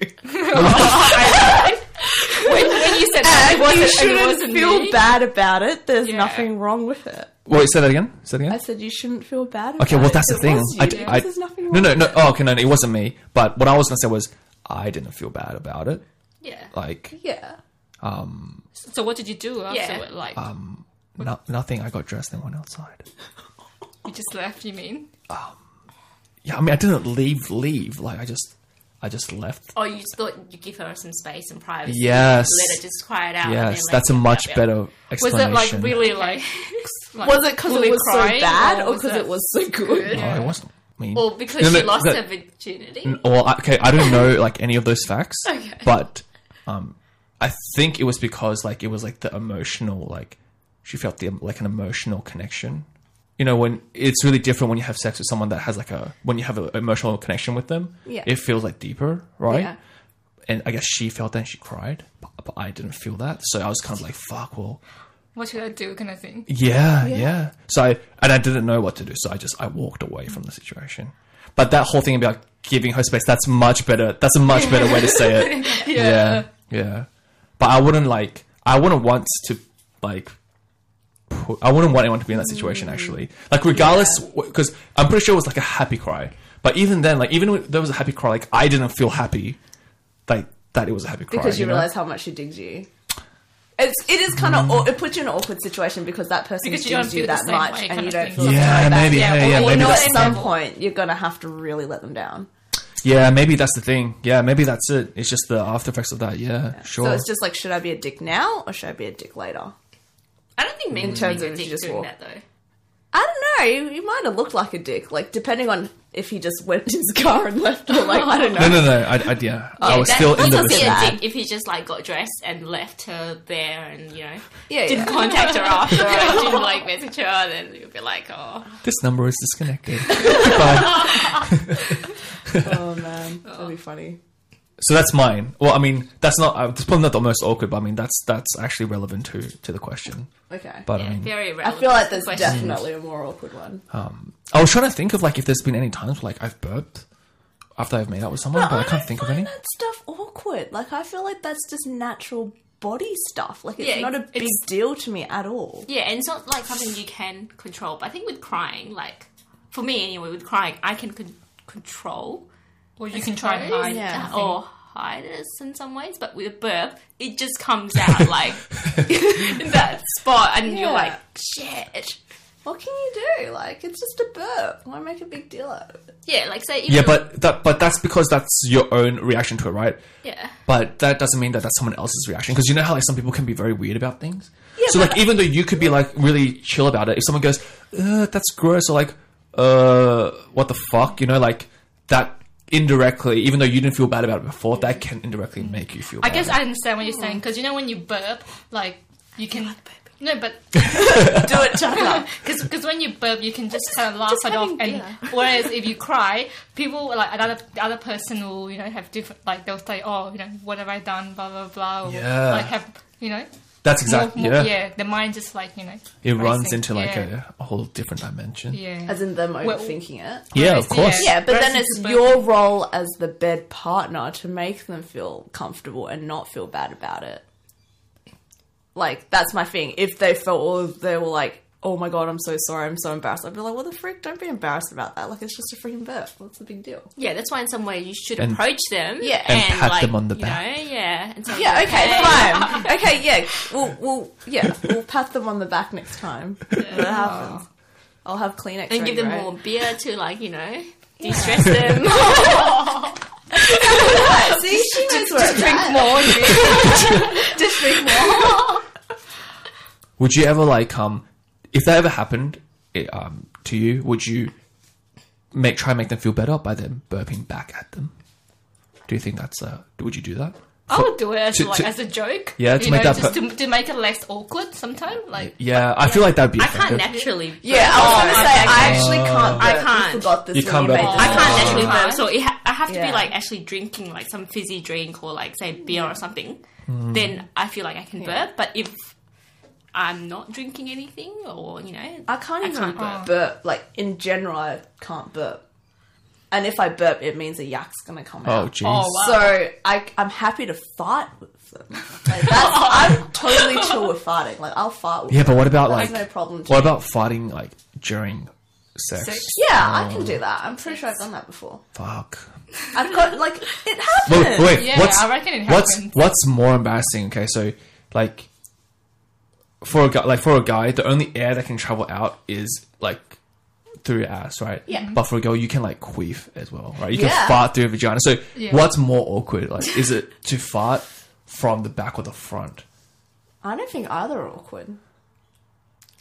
Speaker 3: when, when you said
Speaker 4: And
Speaker 3: that, it
Speaker 4: you
Speaker 3: wasn't, it
Speaker 4: shouldn't
Speaker 3: wasn't
Speaker 4: feel
Speaker 3: me.
Speaker 4: bad about it. There's
Speaker 3: Yeah.
Speaker 4: nothing wrong with it.
Speaker 2: Wait, say that again. Say that again.
Speaker 4: I said you shouldn't feel bad. About
Speaker 2: Okay, well that's the
Speaker 4: it. It
Speaker 2: thing.
Speaker 4: was
Speaker 2: I,
Speaker 4: you.
Speaker 2: I-
Speaker 4: There's nothing
Speaker 2: no,
Speaker 4: wrong
Speaker 2: no,
Speaker 4: with
Speaker 2: no.
Speaker 4: it.
Speaker 2: Oh, okay, no, no, it wasn't me. But what I was gonna say was, I didn't feel bad about it.
Speaker 3: Yeah.
Speaker 2: Like
Speaker 4: Yeah.
Speaker 5: So what did you do afterward? Like
Speaker 2: no, nothing. I got dressed and went outside.
Speaker 5: you just left? You mean?
Speaker 2: Yeah, I mean, I didn't leave. Leave. Like I just, I just left.
Speaker 3: Or oh, you just thought you give her some space and privacy.
Speaker 2: Yes.
Speaker 3: Let her just cry it out. and
Speaker 2: Yes,
Speaker 3: then let
Speaker 2: that's a
Speaker 3: her
Speaker 2: much
Speaker 3: have it.
Speaker 2: better
Speaker 5: Was
Speaker 2: explanation.
Speaker 5: it like really like? like
Speaker 4: Was it because
Speaker 5: fully
Speaker 4: it was so
Speaker 5: crying,
Speaker 4: bad, or because
Speaker 5: that-
Speaker 4: it was so good?
Speaker 2: No, Oh, it wasn't. I mean,
Speaker 3: Or because
Speaker 2: No, no,
Speaker 3: she lost
Speaker 2: that-
Speaker 3: her virginity.
Speaker 2: Well, I- okay, I don't know like any of those facts,
Speaker 3: Okay.
Speaker 2: but um, I think it was because like it was like the emotional like she felt the like an emotional connection. You know, when it's really different when you have sex with someone that has like a when you have an emotional connection with them,
Speaker 4: Yeah.
Speaker 2: it feels like deeper, right?
Speaker 4: Yeah.
Speaker 2: And I guess she felt that and she cried, but, but I didn't feel that, so I was kind of like, "Fuck, well,
Speaker 5: What should I do? Kind of thing.
Speaker 2: yeah, yeah. So I and I didn't know what to do, so I just I walked away from the situation. But that whole thing about giving her space, that's much better. That's a much better way to say it. yeah. yeah. But I wouldn't like I wouldn't want to like put, I wouldn't want anyone to be in that
Speaker 4: Mm.
Speaker 2: situation actually. Like regardless because I'm pretty sure it was like a happy cry. But even then like even when there was a happy cry like I didn't feel happy like that it was a happy cry
Speaker 4: Because you
Speaker 2: know?
Speaker 4: realize how much she digs you. It's it is kind
Speaker 2: Mm.
Speaker 4: of it puts you in an awkward situation because that person
Speaker 5: Because you don't
Speaker 4: digs you,
Speaker 5: feel the
Speaker 4: that
Speaker 5: same
Speaker 4: much and
Speaker 5: way kind
Speaker 4: you
Speaker 5: of
Speaker 4: don't
Speaker 5: thing.
Speaker 4: feel
Speaker 2: Yeah,
Speaker 4: something like
Speaker 2: maybe,
Speaker 4: that.
Speaker 2: yeah, yeah,
Speaker 4: or
Speaker 2: maybe
Speaker 4: you know
Speaker 2: that's
Speaker 4: at
Speaker 2: the
Speaker 4: some
Speaker 2: thing.
Speaker 4: point you're gonna have to really let them down.
Speaker 2: Yeah, maybe that's the thing. Yeah, maybe that's it. It's just the after effects of that. Yeah, sure.
Speaker 4: So it's just like should I be a dick now or should I be a dick later?
Speaker 3: I don't think men in
Speaker 4: terms
Speaker 3: terms of
Speaker 4: of
Speaker 3: dick
Speaker 4: just
Speaker 3: doing
Speaker 4: walk.
Speaker 3: that though.
Speaker 4: I don't know. You might have looked like a dick, like depending on if he just went in his car and left or like I don't know.
Speaker 2: no, no, no. I, I yeah, I
Speaker 3: Yeah,
Speaker 2: was
Speaker 3: that-
Speaker 2: still in
Speaker 3: that's
Speaker 2: the
Speaker 3: also
Speaker 2: vicinity.
Speaker 3: a dick if he just like got dressed and left her there and you know
Speaker 4: Yeah,
Speaker 3: didn't
Speaker 4: yeah.
Speaker 3: contact her after and didn't like message her, then you'll be like, oh,
Speaker 2: This number is disconnected. Goodbye.
Speaker 4: Oh man, that'd be funny.
Speaker 2: So that's mine. Well, I mean, that's not. uh, It's probably not the most awkward, but I mean, that's that's actually relevant to to the question.
Speaker 4: Okay.
Speaker 2: But I
Speaker 3: yeah,
Speaker 2: mean,
Speaker 3: very
Speaker 4: I
Speaker 3: relevant.
Speaker 4: feel like there's
Speaker 3: question.
Speaker 4: definitely a more awkward one.
Speaker 2: I was trying to think of like if there's been any times where like I've burped after I've made out with someone, but, I can't
Speaker 4: don't
Speaker 2: think of
Speaker 4: find
Speaker 2: any.
Speaker 4: That stuff awkward. Like I feel like that's just natural body stuff. Like it's
Speaker 3: Yeah,
Speaker 4: not a
Speaker 3: it's-
Speaker 4: big deal to me at all.
Speaker 3: Yeah, and it's not like something you can control. But I think with crying, like for me anyway, with crying, I can con- control
Speaker 5: Or you can try and hide.
Speaker 4: Yeah.
Speaker 5: kind of thing.
Speaker 3: or hide it in some ways. But with a burp, it just comes out like in that spot, and you're
Speaker 4: Yeah.
Speaker 3: like, shit.
Speaker 4: What can you do? Like it's just a burp. Why make a big deal out of it?
Speaker 3: Yeah, like say even
Speaker 2: Yeah, but that but that's because that's your own reaction to it, right?
Speaker 3: yeah.
Speaker 2: But that doesn't mean that that's someone else's reaction because you know how like some people can be very weird about things. so
Speaker 4: but-
Speaker 2: like even though you could be like really chill about it, if someone goes, uh, "That's gross," or like, "Uh, what the fuck," you know, like that indirectly, even though you didn't feel bad about it before, that can indirectly make you feel.
Speaker 5: I
Speaker 2: bad.
Speaker 5: guess I understand what you're saying because you know when you burp, like you can. No, but
Speaker 4: Do it, Chaka.
Speaker 5: because when you burp, you can just kind of laugh it off.
Speaker 3: having
Speaker 5: And
Speaker 3: beer.
Speaker 5: whereas if you cry, people like another the other person will you know have different like they'll say oh you know what have I done blah blah blah or
Speaker 2: Yeah.
Speaker 5: like have you know
Speaker 2: that's exactly
Speaker 5: more, more,
Speaker 2: yeah.
Speaker 5: yeah the mind just like you know
Speaker 2: It runs
Speaker 5: racing.
Speaker 2: into like
Speaker 5: yeah.
Speaker 2: a, a whole different dimension. Yeah,
Speaker 5: yeah
Speaker 4: As in them
Speaker 5: Well-
Speaker 4: overthinking it.
Speaker 2: of course.
Speaker 4: Yeah, but then
Speaker 5: Versus
Speaker 4: it's
Speaker 5: the
Speaker 4: your role as the bed partner to make them feel comfortable and not feel bad about it. Like, that's my thing. If they felt or they were like, oh my god, I'm so sorry, I'm so embarrassed, I'd be like, what the frick? Don't be embarrassed about that. Like, it's just a freaking burp. What's the big deal?
Speaker 3: Yeah, that's why in some way you should
Speaker 2: And-
Speaker 3: approach them.
Speaker 4: Yeah.
Speaker 2: And pat them on the
Speaker 3: you
Speaker 2: back.
Speaker 3: know, yeah. And say,
Speaker 4: Yeah, okay, fine. Okay, yeah. We'll, we'll, yeah, we'll pat them on the back next time. When it happens. I'll have Kleenex
Speaker 3: And give them
Speaker 4: ready,
Speaker 3: more
Speaker 4: right?
Speaker 3: beer to, like, you know, de stress them.
Speaker 4: Oh, See, she knows where it's at.
Speaker 3: Just drink more.
Speaker 2: Would you ever like um, if that ever happened it, um to you, would you make try and make them feel better by them burping back at them? Do you think that's uh? Would you do that?
Speaker 5: I would do it as
Speaker 2: to-
Speaker 5: like
Speaker 2: to-
Speaker 5: as a joke.
Speaker 2: Yeah, to
Speaker 5: you
Speaker 2: make
Speaker 5: know,
Speaker 2: that
Speaker 5: just
Speaker 2: per-
Speaker 5: to, to make it less awkward. Sometimes, like
Speaker 2: Yeah, I feel like that'd be.
Speaker 3: I can't
Speaker 2: effective.
Speaker 3: naturally.
Speaker 4: Yeah, I was going to say, I actually can't.
Speaker 3: Oh, I
Speaker 4: burp.
Speaker 3: can't.
Speaker 4: You forgot this
Speaker 2: You
Speaker 4: when
Speaker 2: can't
Speaker 4: you
Speaker 2: burp.
Speaker 4: made this
Speaker 3: I can't
Speaker 5: Oh.
Speaker 3: naturally
Speaker 5: Right.
Speaker 3: burp, so it ha- I have to
Speaker 4: Yeah.
Speaker 3: be like actually drinking like some fizzy drink or like say beer or something. Then I feel like I can burp. But if I'm not drinking anything, or you know,
Speaker 4: I can't even
Speaker 3: can't
Speaker 4: burp. Like in general, I can't burp. And if I burp, it means a yak's gonna come
Speaker 2: Oh
Speaker 4: out.
Speaker 2: jeez.
Speaker 5: oh wow.
Speaker 4: So I, I'm happy to fart with them. Like that's, I'm totally chill with farting. Like I'll fart with
Speaker 2: yeah, but what about
Speaker 4: That's
Speaker 2: like?
Speaker 4: no problem to
Speaker 2: What
Speaker 4: me.
Speaker 2: about fighting like during sex?
Speaker 4: Yeah, I can
Speaker 2: Oh.
Speaker 4: do that. I'm pretty sure I've done that before.
Speaker 2: Fuck.
Speaker 4: I've got like it
Speaker 2: Wait,
Speaker 4: happens.
Speaker 2: wait.
Speaker 5: Yeah,
Speaker 2: what's
Speaker 5: I reckon it
Speaker 2: what's
Speaker 5: happens.
Speaker 2: what's more embarrassing? Okay, so like for a guy, like for a guy, the only air that can travel out is like through your ass, right?
Speaker 4: Yeah.
Speaker 2: But for a girl, you can like queef as well, right? You
Speaker 4: Yeah.
Speaker 2: can fart through your vagina. So
Speaker 5: Yeah.
Speaker 2: what's more awkward? Like, is it to fart from the back or the front?
Speaker 4: I don't think either are awkward.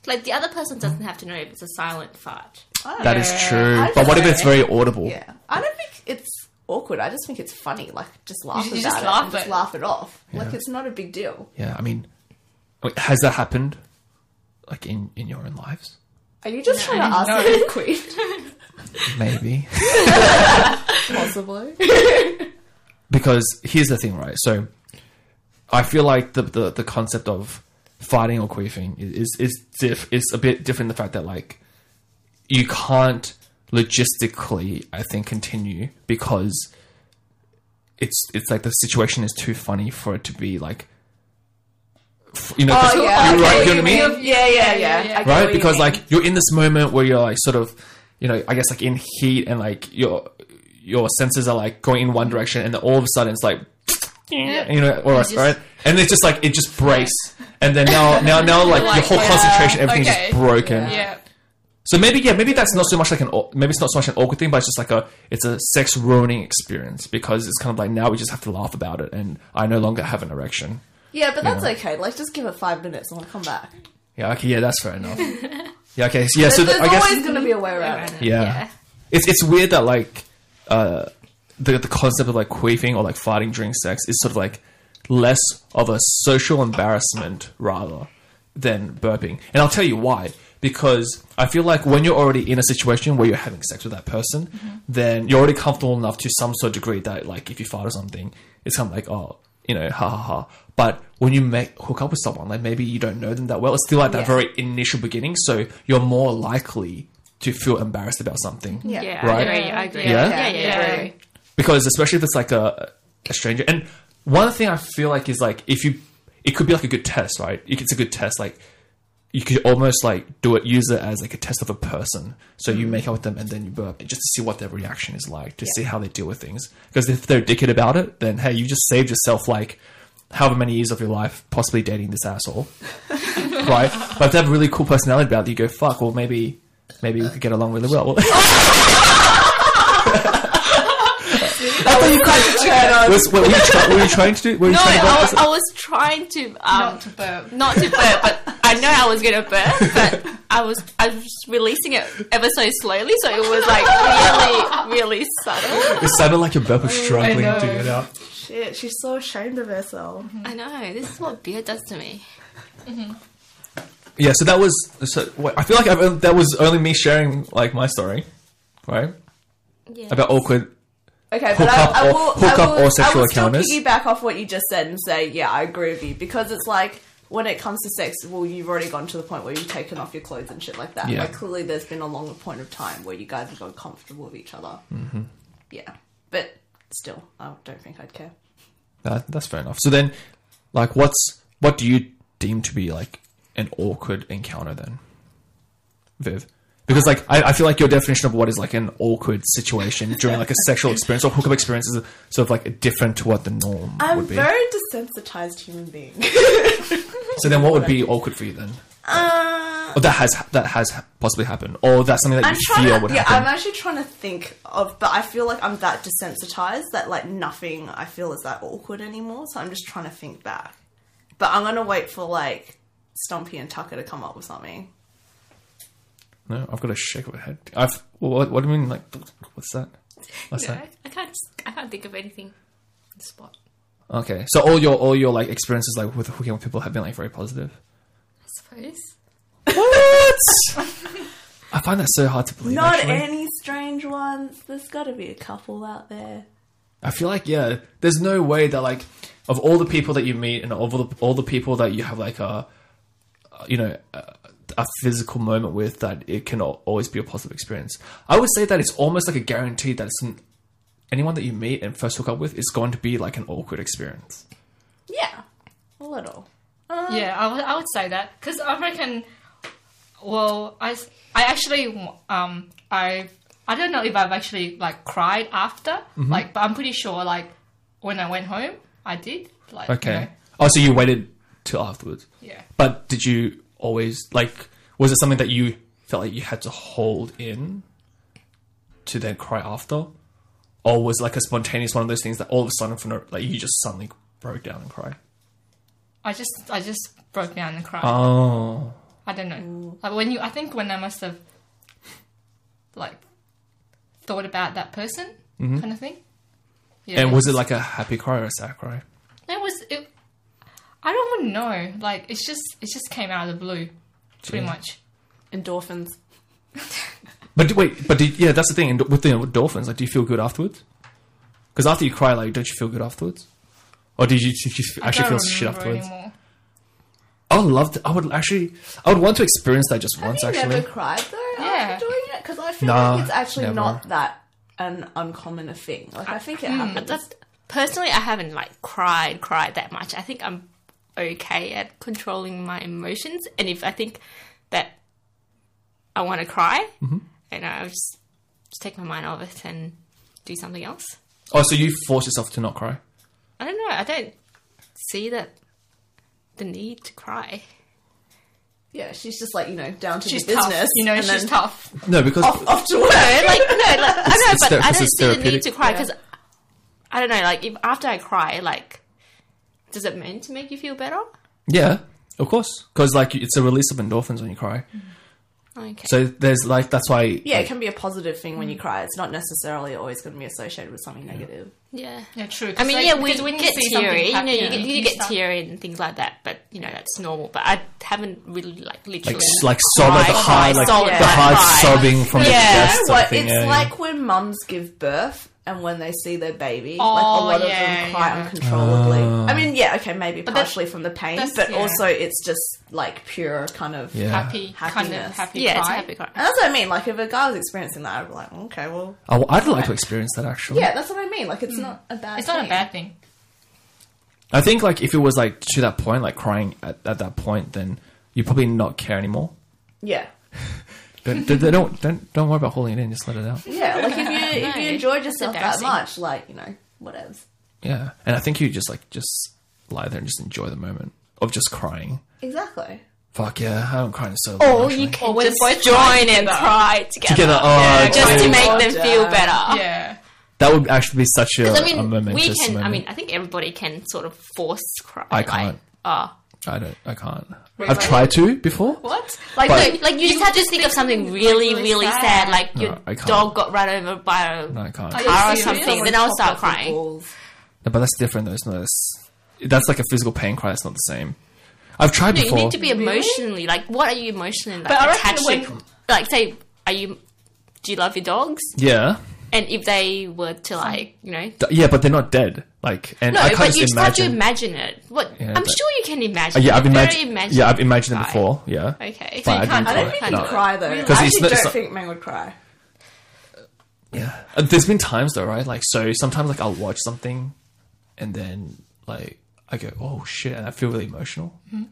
Speaker 3: like the other person doesn't have to know if it's a silent fart.
Speaker 4: I don't
Speaker 2: That
Speaker 4: know.
Speaker 2: is
Speaker 5: Yeah.
Speaker 2: true.
Speaker 4: I
Speaker 2: But what if
Speaker 4: don't
Speaker 2: it's very audible?
Speaker 4: Yeah, I don't think it's awkward. I just think it's funny. Like just laugh
Speaker 5: You
Speaker 4: about
Speaker 5: just
Speaker 4: it.
Speaker 5: laugh
Speaker 4: and just
Speaker 5: it.
Speaker 4: laugh it off. Like it's not a big deal.
Speaker 2: Yeah, I mean, I mean, has that happened? Like in in your own lives,
Speaker 4: Are you just trying to ask me to quit?
Speaker 2: maybe.
Speaker 4: Possibly.
Speaker 2: because here's the thing, right? So I feel like the the, the concept of fighting or queefing is is diff is a bit different. in The fact that like you can't logistically, I think, continue because it's it's like the situation is too funny for it to be like. f- You know, 'cause-
Speaker 4: Oh, yeah.
Speaker 2: you-
Speaker 4: Okay,
Speaker 2: right, you know what I
Speaker 5: you
Speaker 2: mean?
Speaker 5: mean.
Speaker 4: Yeah, yeah, yeah.
Speaker 5: yeah, yeah.
Speaker 4: I get what
Speaker 2: right
Speaker 4: you
Speaker 2: because
Speaker 4: mean.
Speaker 2: like you're in this moment where you're like sort of you know i guess like in heat and like your your senses are like going in one direction and then all of a sudden it's like you know or
Speaker 5: just-
Speaker 2: right and it's just like it just breaks and then now now now like your whole
Speaker 5: yeah,
Speaker 2: concentration everything's
Speaker 5: okay.
Speaker 2: just broken
Speaker 5: yeah.
Speaker 2: so maybe yeah maybe that's not so much like an au- maybe it's not so much an awkward thing but it's just like a it's a sex ruining experience because it's kind of like now we just have to laugh about it and i no longer have an erection
Speaker 4: yeah, but that's okay. Like just give it five minutes and I'll come back.
Speaker 2: yeah okay yeah that's fair enough yeah okay so, yeah so
Speaker 4: There's
Speaker 2: th- i guess
Speaker 4: always gonna be a way around it.
Speaker 2: Yeah.
Speaker 5: Yeah.
Speaker 2: It's it's weird that like uh the the concept of like queefing or like farting during sex is sort of like less of a social embarrassment rather than burping. And I'll tell you why. Because I feel like when you're already in a situation where you're having sex with that person, then you're already comfortable enough to some sort of degree that like if you fart or something, it's kind of like, oh, you know, ha ha ha. But when you make hook up with someone, like maybe you don't know them that well, it's still like that
Speaker 4: Yeah.
Speaker 2: very initial beginning, so you're more likely to feel embarrassed about something.
Speaker 4: Yeah.
Speaker 3: Yeah,
Speaker 2: Right.
Speaker 3: I agree. I agree.
Speaker 2: Yeah?
Speaker 3: yeah, yeah. yeah,
Speaker 5: Yeah.
Speaker 3: yeah.
Speaker 2: Because especially if it's like a, a stranger. And one thing I feel like is like if you, it could be like a good test, right? It- It's a good test. Like you could almost like do it, use it as like a test of a person. So
Speaker 3: Hmm.
Speaker 2: you make out with them and then you burp just to see what their reaction is like, to see how they deal with things. Because if they're dickhead about it, then hey, you just saved yourself like however many years of your life possibly dating this asshole. right? But if they have a really cool personality about it, you go, fuck, well maybe maybe we could get along really well. Was, what were, you try, were you trying to do? Were you
Speaker 3: No,
Speaker 2: trying to
Speaker 3: I
Speaker 2: burp?
Speaker 3: was, I was trying to um,
Speaker 5: Not to burp.
Speaker 3: not to burp, but I know I was gonna burp. But I was I was releasing it ever so slowly, so it was like really, really subtle.
Speaker 2: It sounded like your burp was struggling
Speaker 5: know.
Speaker 2: to get out.
Speaker 4: Shit, she's so ashamed of herself.
Speaker 3: I know this is what beer does to me.
Speaker 2: Yeah, so that was. So wait, I feel like I've, only- that was only me sharing like my story, right?
Speaker 3: Yeah.
Speaker 2: About awkward.
Speaker 4: Okay,
Speaker 2: Hook
Speaker 4: but I,
Speaker 2: up
Speaker 4: I
Speaker 2: or-
Speaker 4: will,
Speaker 2: hook
Speaker 4: I
Speaker 2: up
Speaker 4: will,
Speaker 2: or sexual
Speaker 4: I will still
Speaker 2: encounters?
Speaker 4: piggyback off what you just said and say, yeah, I agree with you because it's like when it comes to sex, well, you've already gone to the point where you've taken off your clothes and shit like that.
Speaker 2: Yeah.
Speaker 4: Like clearly, there's been a long point of time where you guys have got comfortable with each other. Mm-hmm. Yeah, but still, I don't think I'd care.
Speaker 2: That, that's fair enough. So then, like, what's what do you deem to be like an awkward encounter then, Viv? Because like I, I feel like your definition of what is like an awkward situation during like a sexual experience or hookup experience is sort of like different to what the norm
Speaker 4: I'm
Speaker 2: would be.
Speaker 4: very desensitized human being.
Speaker 2: so then, what would be awkward for you then?
Speaker 4: uh,
Speaker 2: Or that has that has possibly happened, or that's something that
Speaker 4: I'm
Speaker 2: you
Speaker 4: trying.
Speaker 2: fear
Speaker 4: to,
Speaker 2: would
Speaker 4: yeah,
Speaker 2: happen.
Speaker 4: I'm actually trying to think of, but I feel like I'm that desensitized that like nothing I feel is that awkward anymore. So I'm just trying to think back. But I'm gonna wait for like Stumpy and Tucker to come up with something.
Speaker 2: No, I've got a shake of my head. I've what? What do you mean? Like, what's that? What's
Speaker 3: No,
Speaker 2: that?
Speaker 3: I, I can't. I can't think of anything. On the spot.
Speaker 2: Okay, so all your all your like experiences like with hooking with people have been like very positive.
Speaker 3: I suppose.
Speaker 2: What? I find that so hard to believe.
Speaker 4: Not
Speaker 2: actually.
Speaker 4: any strange ones. There's got to be a couple out there.
Speaker 2: I feel like yeah, there's no way that like of all the people that you meet and of all the all the people that you have like a you know a, a physical moment with that it can al- always be a positive experience. I would say that it's almost like a guarantee that it's an, anyone that you meet and first hook up with is going to be like an awkward experience.
Speaker 4: Yeah, a little.
Speaker 5: Yeah, I would, I would say that because I reckon. Well, I, s- I actually um I I don't know if I've actually like cried after
Speaker 2: Mm-hmm.
Speaker 5: like, but I'm pretty sure like when I went home I did like you
Speaker 2: Okay.
Speaker 5: know,
Speaker 2: Oh, so you waited till afterwards.
Speaker 5: yeah.
Speaker 2: But did you always like? Was it something that you felt like you had to hold in to then cry after, or was it like a spontaneous one of those things that all of a sudden, for no, like you just suddenly broke down and cried?
Speaker 5: I just I just broke down and cried.
Speaker 2: Oh,
Speaker 5: I don't know. Like when you, I think when I must have like thought about that person kind of thing. Yeah.
Speaker 2: Mm-hmm. and was it like a happy cry or a sad cry?
Speaker 5: It was. It, I don't even know. Like it's just it just came out of the blue, pretty
Speaker 2: Jeez.
Speaker 5: much.
Speaker 4: Endorphins.
Speaker 2: But d- wait, but did, yeah, that's the thing. And with the dolphins, like, do you feel good afterwards? Because after you cry, like, don't you feel good afterwards? Or did you, did you
Speaker 5: I
Speaker 2: actually feel
Speaker 5: don't
Speaker 2: shit
Speaker 5: remember
Speaker 2: afterwards?
Speaker 5: Anymore.
Speaker 2: I would love. To, I would actually. I would want to experience that just once.
Speaker 4: Have you
Speaker 2: actually,
Speaker 4: never cried though
Speaker 5: Yeah.
Speaker 4: after doing it? Because I feel
Speaker 2: Nah,
Speaker 4: like it's actually
Speaker 2: never.
Speaker 4: not that an uncommon a thing. Like I think it happens.
Speaker 3: That's personally, I haven't like cried, cried that much. I think I'm okay at controlling my emotions, and if I think that I want to cry, and I'll just, just take my mind off it and do something else.
Speaker 2: Oh, so you force yourself to not cry?
Speaker 3: I don't know. I don't see that the need to cry.
Speaker 4: Yeah, she's just like you know down to
Speaker 5: She's
Speaker 4: the business.
Speaker 5: tough. You know,
Speaker 4: and
Speaker 5: she's
Speaker 4: then
Speaker 5: tough.
Speaker 2: No, because
Speaker 4: Off, off to work.
Speaker 3: No, like no, like I know,
Speaker 2: it's
Speaker 3: but
Speaker 2: ther-
Speaker 3: I
Speaker 2: this
Speaker 3: don't
Speaker 2: is
Speaker 3: see the need
Speaker 2: therapeutic.
Speaker 3: to cry because I don't know. Like if after I cry, like does it meant to make you feel better?
Speaker 2: yeah, of course, because like it's a release of endorphins when you cry.
Speaker 3: Okay.
Speaker 2: So there's like mm. that's why.
Speaker 4: Yeah, it can be a positive thing when you cry. It's not necessarily always going to be associated with something negative.
Speaker 3: yeah.
Speaker 5: Yeah, true. 'Cause
Speaker 3: I mean,
Speaker 5: like-
Speaker 3: yeah, we
Speaker 5: because
Speaker 3: get
Speaker 5: see something
Speaker 3: teary. You know,
Speaker 5: happen,
Speaker 3: you get, you get
Speaker 5: start-
Speaker 3: teary and things like that. But you know, that's normal. But I haven't really like literally
Speaker 2: Like s- like sob like the
Speaker 3: cried,
Speaker 2: hard like
Speaker 3: sobbed,
Speaker 2: the hard
Speaker 3: cried.
Speaker 2: sobbing from the
Speaker 3: Yeah.
Speaker 2: chest.
Speaker 4: You know what?
Speaker 2: type thing,
Speaker 4: It's
Speaker 2: yeah, yeah.
Speaker 4: like when mums give birth and when they see their baby,
Speaker 5: Oh,
Speaker 4: like a lot of
Speaker 5: yeah,
Speaker 4: them cry
Speaker 5: yeah.
Speaker 4: uncontrollably.
Speaker 2: Ah.
Speaker 4: I mean, yeah, okay, maybe
Speaker 5: that's-
Speaker 4: partially from the pain,
Speaker 5: that's-
Speaker 4: but
Speaker 5: yeah.
Speaker 4: also it's just like pure kind of.
Speaker 2: Yeah.
Speaker 5: Happy, kind of
Speaker 4: Happiness.
Speaker 5: happy
Speaker 3: Yeah, it's a
Speaker 5: cry.
Speaker 3: happy cry.
Speaker 4: And that's what I mean. Like, if a guy was experiencing that, I'd be like, okay, well,
Speaker 2: Oh, I'd like to experience that actually.
Speaker 4: yeah, that's what I mean. Like, it's not a bad.
Speaker 5: Hmm. It's not a
Speaker 4: thing.
Speaker 5: bad thing.
Speaker 2: I think like if it was like to that point, like crying at, at that point, then you probably not care anymore.
Speaker 4: Yeah.
Speaker 2: Don't, don't- don't don't don't worry about holding it in. Just let it out.
Speaker 4: Yeah, like if you if
Speaker 3: No,
Speaker 4: you enjoyed
Speaker 3: it's
Speaker 4: yourself that
Speaker 3: embarrassing.
Speaker 4: much, like you know, whatevs.
Speaker 2: Yeah, and I think you just like just lie there and just enjoy the moment of just crying.
Speaker 4: Exactly.
Speaker 2: Fuck yeah, I haven't cried in so long.
Speaker 3: Or
Speaker 2: actually.
Speaker 3: you can
Speaker 5: when
Speaker 3: just
Speaker 5: Oh, both
Speaker 3: join
Speaker 5: cry
Speaker 3: and
Speaker 5: together.
Speaker 3: cry together,
Speaker 2: Together, oh,
Speaker 3: just to
Speaker 2: dude.
Speaker 3: make them
Speaker 4: Order.
Speaker 3: feel better.
Speaker 5: Yeah.
Speaker 2: That would actually be such a,
Speaker 3: I
Speaker 2: a
Speaker 3: mean, we
Speaker 2: momentous
Speaker 3: can.
Speaker 2: moment.
Speaker 3: I mean, I think everybody can sort of force cry.
Speaker 2: I can't.
Speaker 3: Like, oh,
Speaker 2: I don't. I can't.
Speaker 5: Really?
Speaker 2: I've tried to before.
Speaker 5: What?
Speaker 3: Like,
Speaker 2: But-
Speaker 3: no, like you, just have to think of something really,
Speaker 5: really
Speaker 3: really sad,
Speaker 5: sad.
Speaker 3: like
Speaker 2: No,
Speaker 3: your
Speaker 2: I can't.
Speaker 3: dog got run over by a
Speaker 2: No, I can't.
Speaker 5: Are you
Speaker 3: car or
Speaker 5: serious?
Speaker 3: something, then I'll start crying.
Speaker 2: No, but that's different, though. It's not. That's, that's like a physical pain cry. It's not the same. I've tried
Speaker 3: No, you
Speaker 2: before.
Speaker 3: need to be emotionally like, what are you emotionally like
Speaker 5: But I reckon
Speaker 3: attached
Speaker 5: when-
Speaker 3: to? Like, say, are you? Do you love your dogs?
Speaker 2: yeah,
Speaker 3: And if they were to like, you know,
Speaker 2: D- yeah, but they're not dead. Like, and
Speaker 3: no,
Speaker 2: I can't
Speaker 3: but
Speaker 2: just
Speaker 3: you just have to
Speaker 2: imagine.
Speaker 3: imagine it. What?
Speaker 2: Yeah,
Speaker 3: I'm
Speaker 2: but-
Speaker 3: sure you can
Speaker 2: Uh,
Speaker 3: imagine.
Speaker 2: yeah, I've
Speaker 3: Very
Speaker 2: imagined. Yeah, I've imagined it
Speaker 3: guy.
Speaker 2: before. Yeah.
Speaker 3: Okay.
Speaker 2: But I didn't
Speaker 5: can't- I don't
Speaker 2: cry.
Speaker 5: think you
Speaker 4: You
Speaker 2: No.
Speaker 5: can
Speaker 4: cry though. I
Speaker 5: Because
Speaker 2: it's
Speaker 4: actually
Speaker 2: not-
Speaker 4: don't
Speaker 2: it's not-
Speaker 4: think Meng would cry.
Speaker 2: Yeah. Uh, There's been times though, right? Like so sometimes like I'll watch something and then like I go, Oh shit, and I feel really emotional. And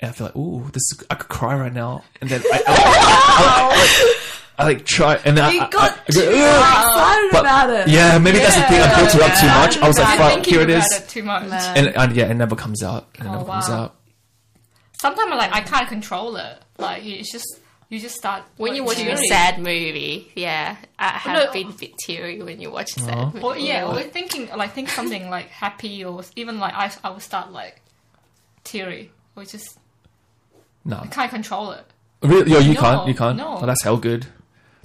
Speaker 2: I feel like, ooh, this is, I could cry right now. And then I, I, I, I, like try and then
Speaker 4: You
Speaker 2: I, I-
Speaker 4: got
Speaker 2: I go,
Speaker 4: too
Speaker 2: "Ugh."
Speaker 4: excited
Speaker 2: But-
Speaker 4: about it.
Speaker 2: Yeah, maybe that's the thing. I built it up too much. I was
Speaker 4: Yeah.
Speaker 2: like,
Speaker 4: You're
Speaker 2: fuck, here it is.
Speaker 5: About it too much.
Speaker 2: And, and yeah, it never comes out. It
Speaker 5: Oh,
Speaker 2: never comes
Speaker 5: wow.
Speaker 2: out.
Speaker 5: Sometimes like I can't control it. Like you- it's just you just start
Speaker 3: When you're watching a
Speaker 5: tearing.
Speaker 3: sad movie, yeah, I have
Speaker 5: no.
Speaker 3: been a bit teary when you watch a sad movie.
Speaker 5: Or yeah, or we're thinking like think something like happy or even like I I will start like teary. We just
Speaker 2: No.
Speaker 5: can't control it.
Speaker 2: Really? Yo, you
Speaker 5: No,
Speaker 2: can't. You can't.
Speaker 5: no.
Speaker 2: Oh, that's hell good.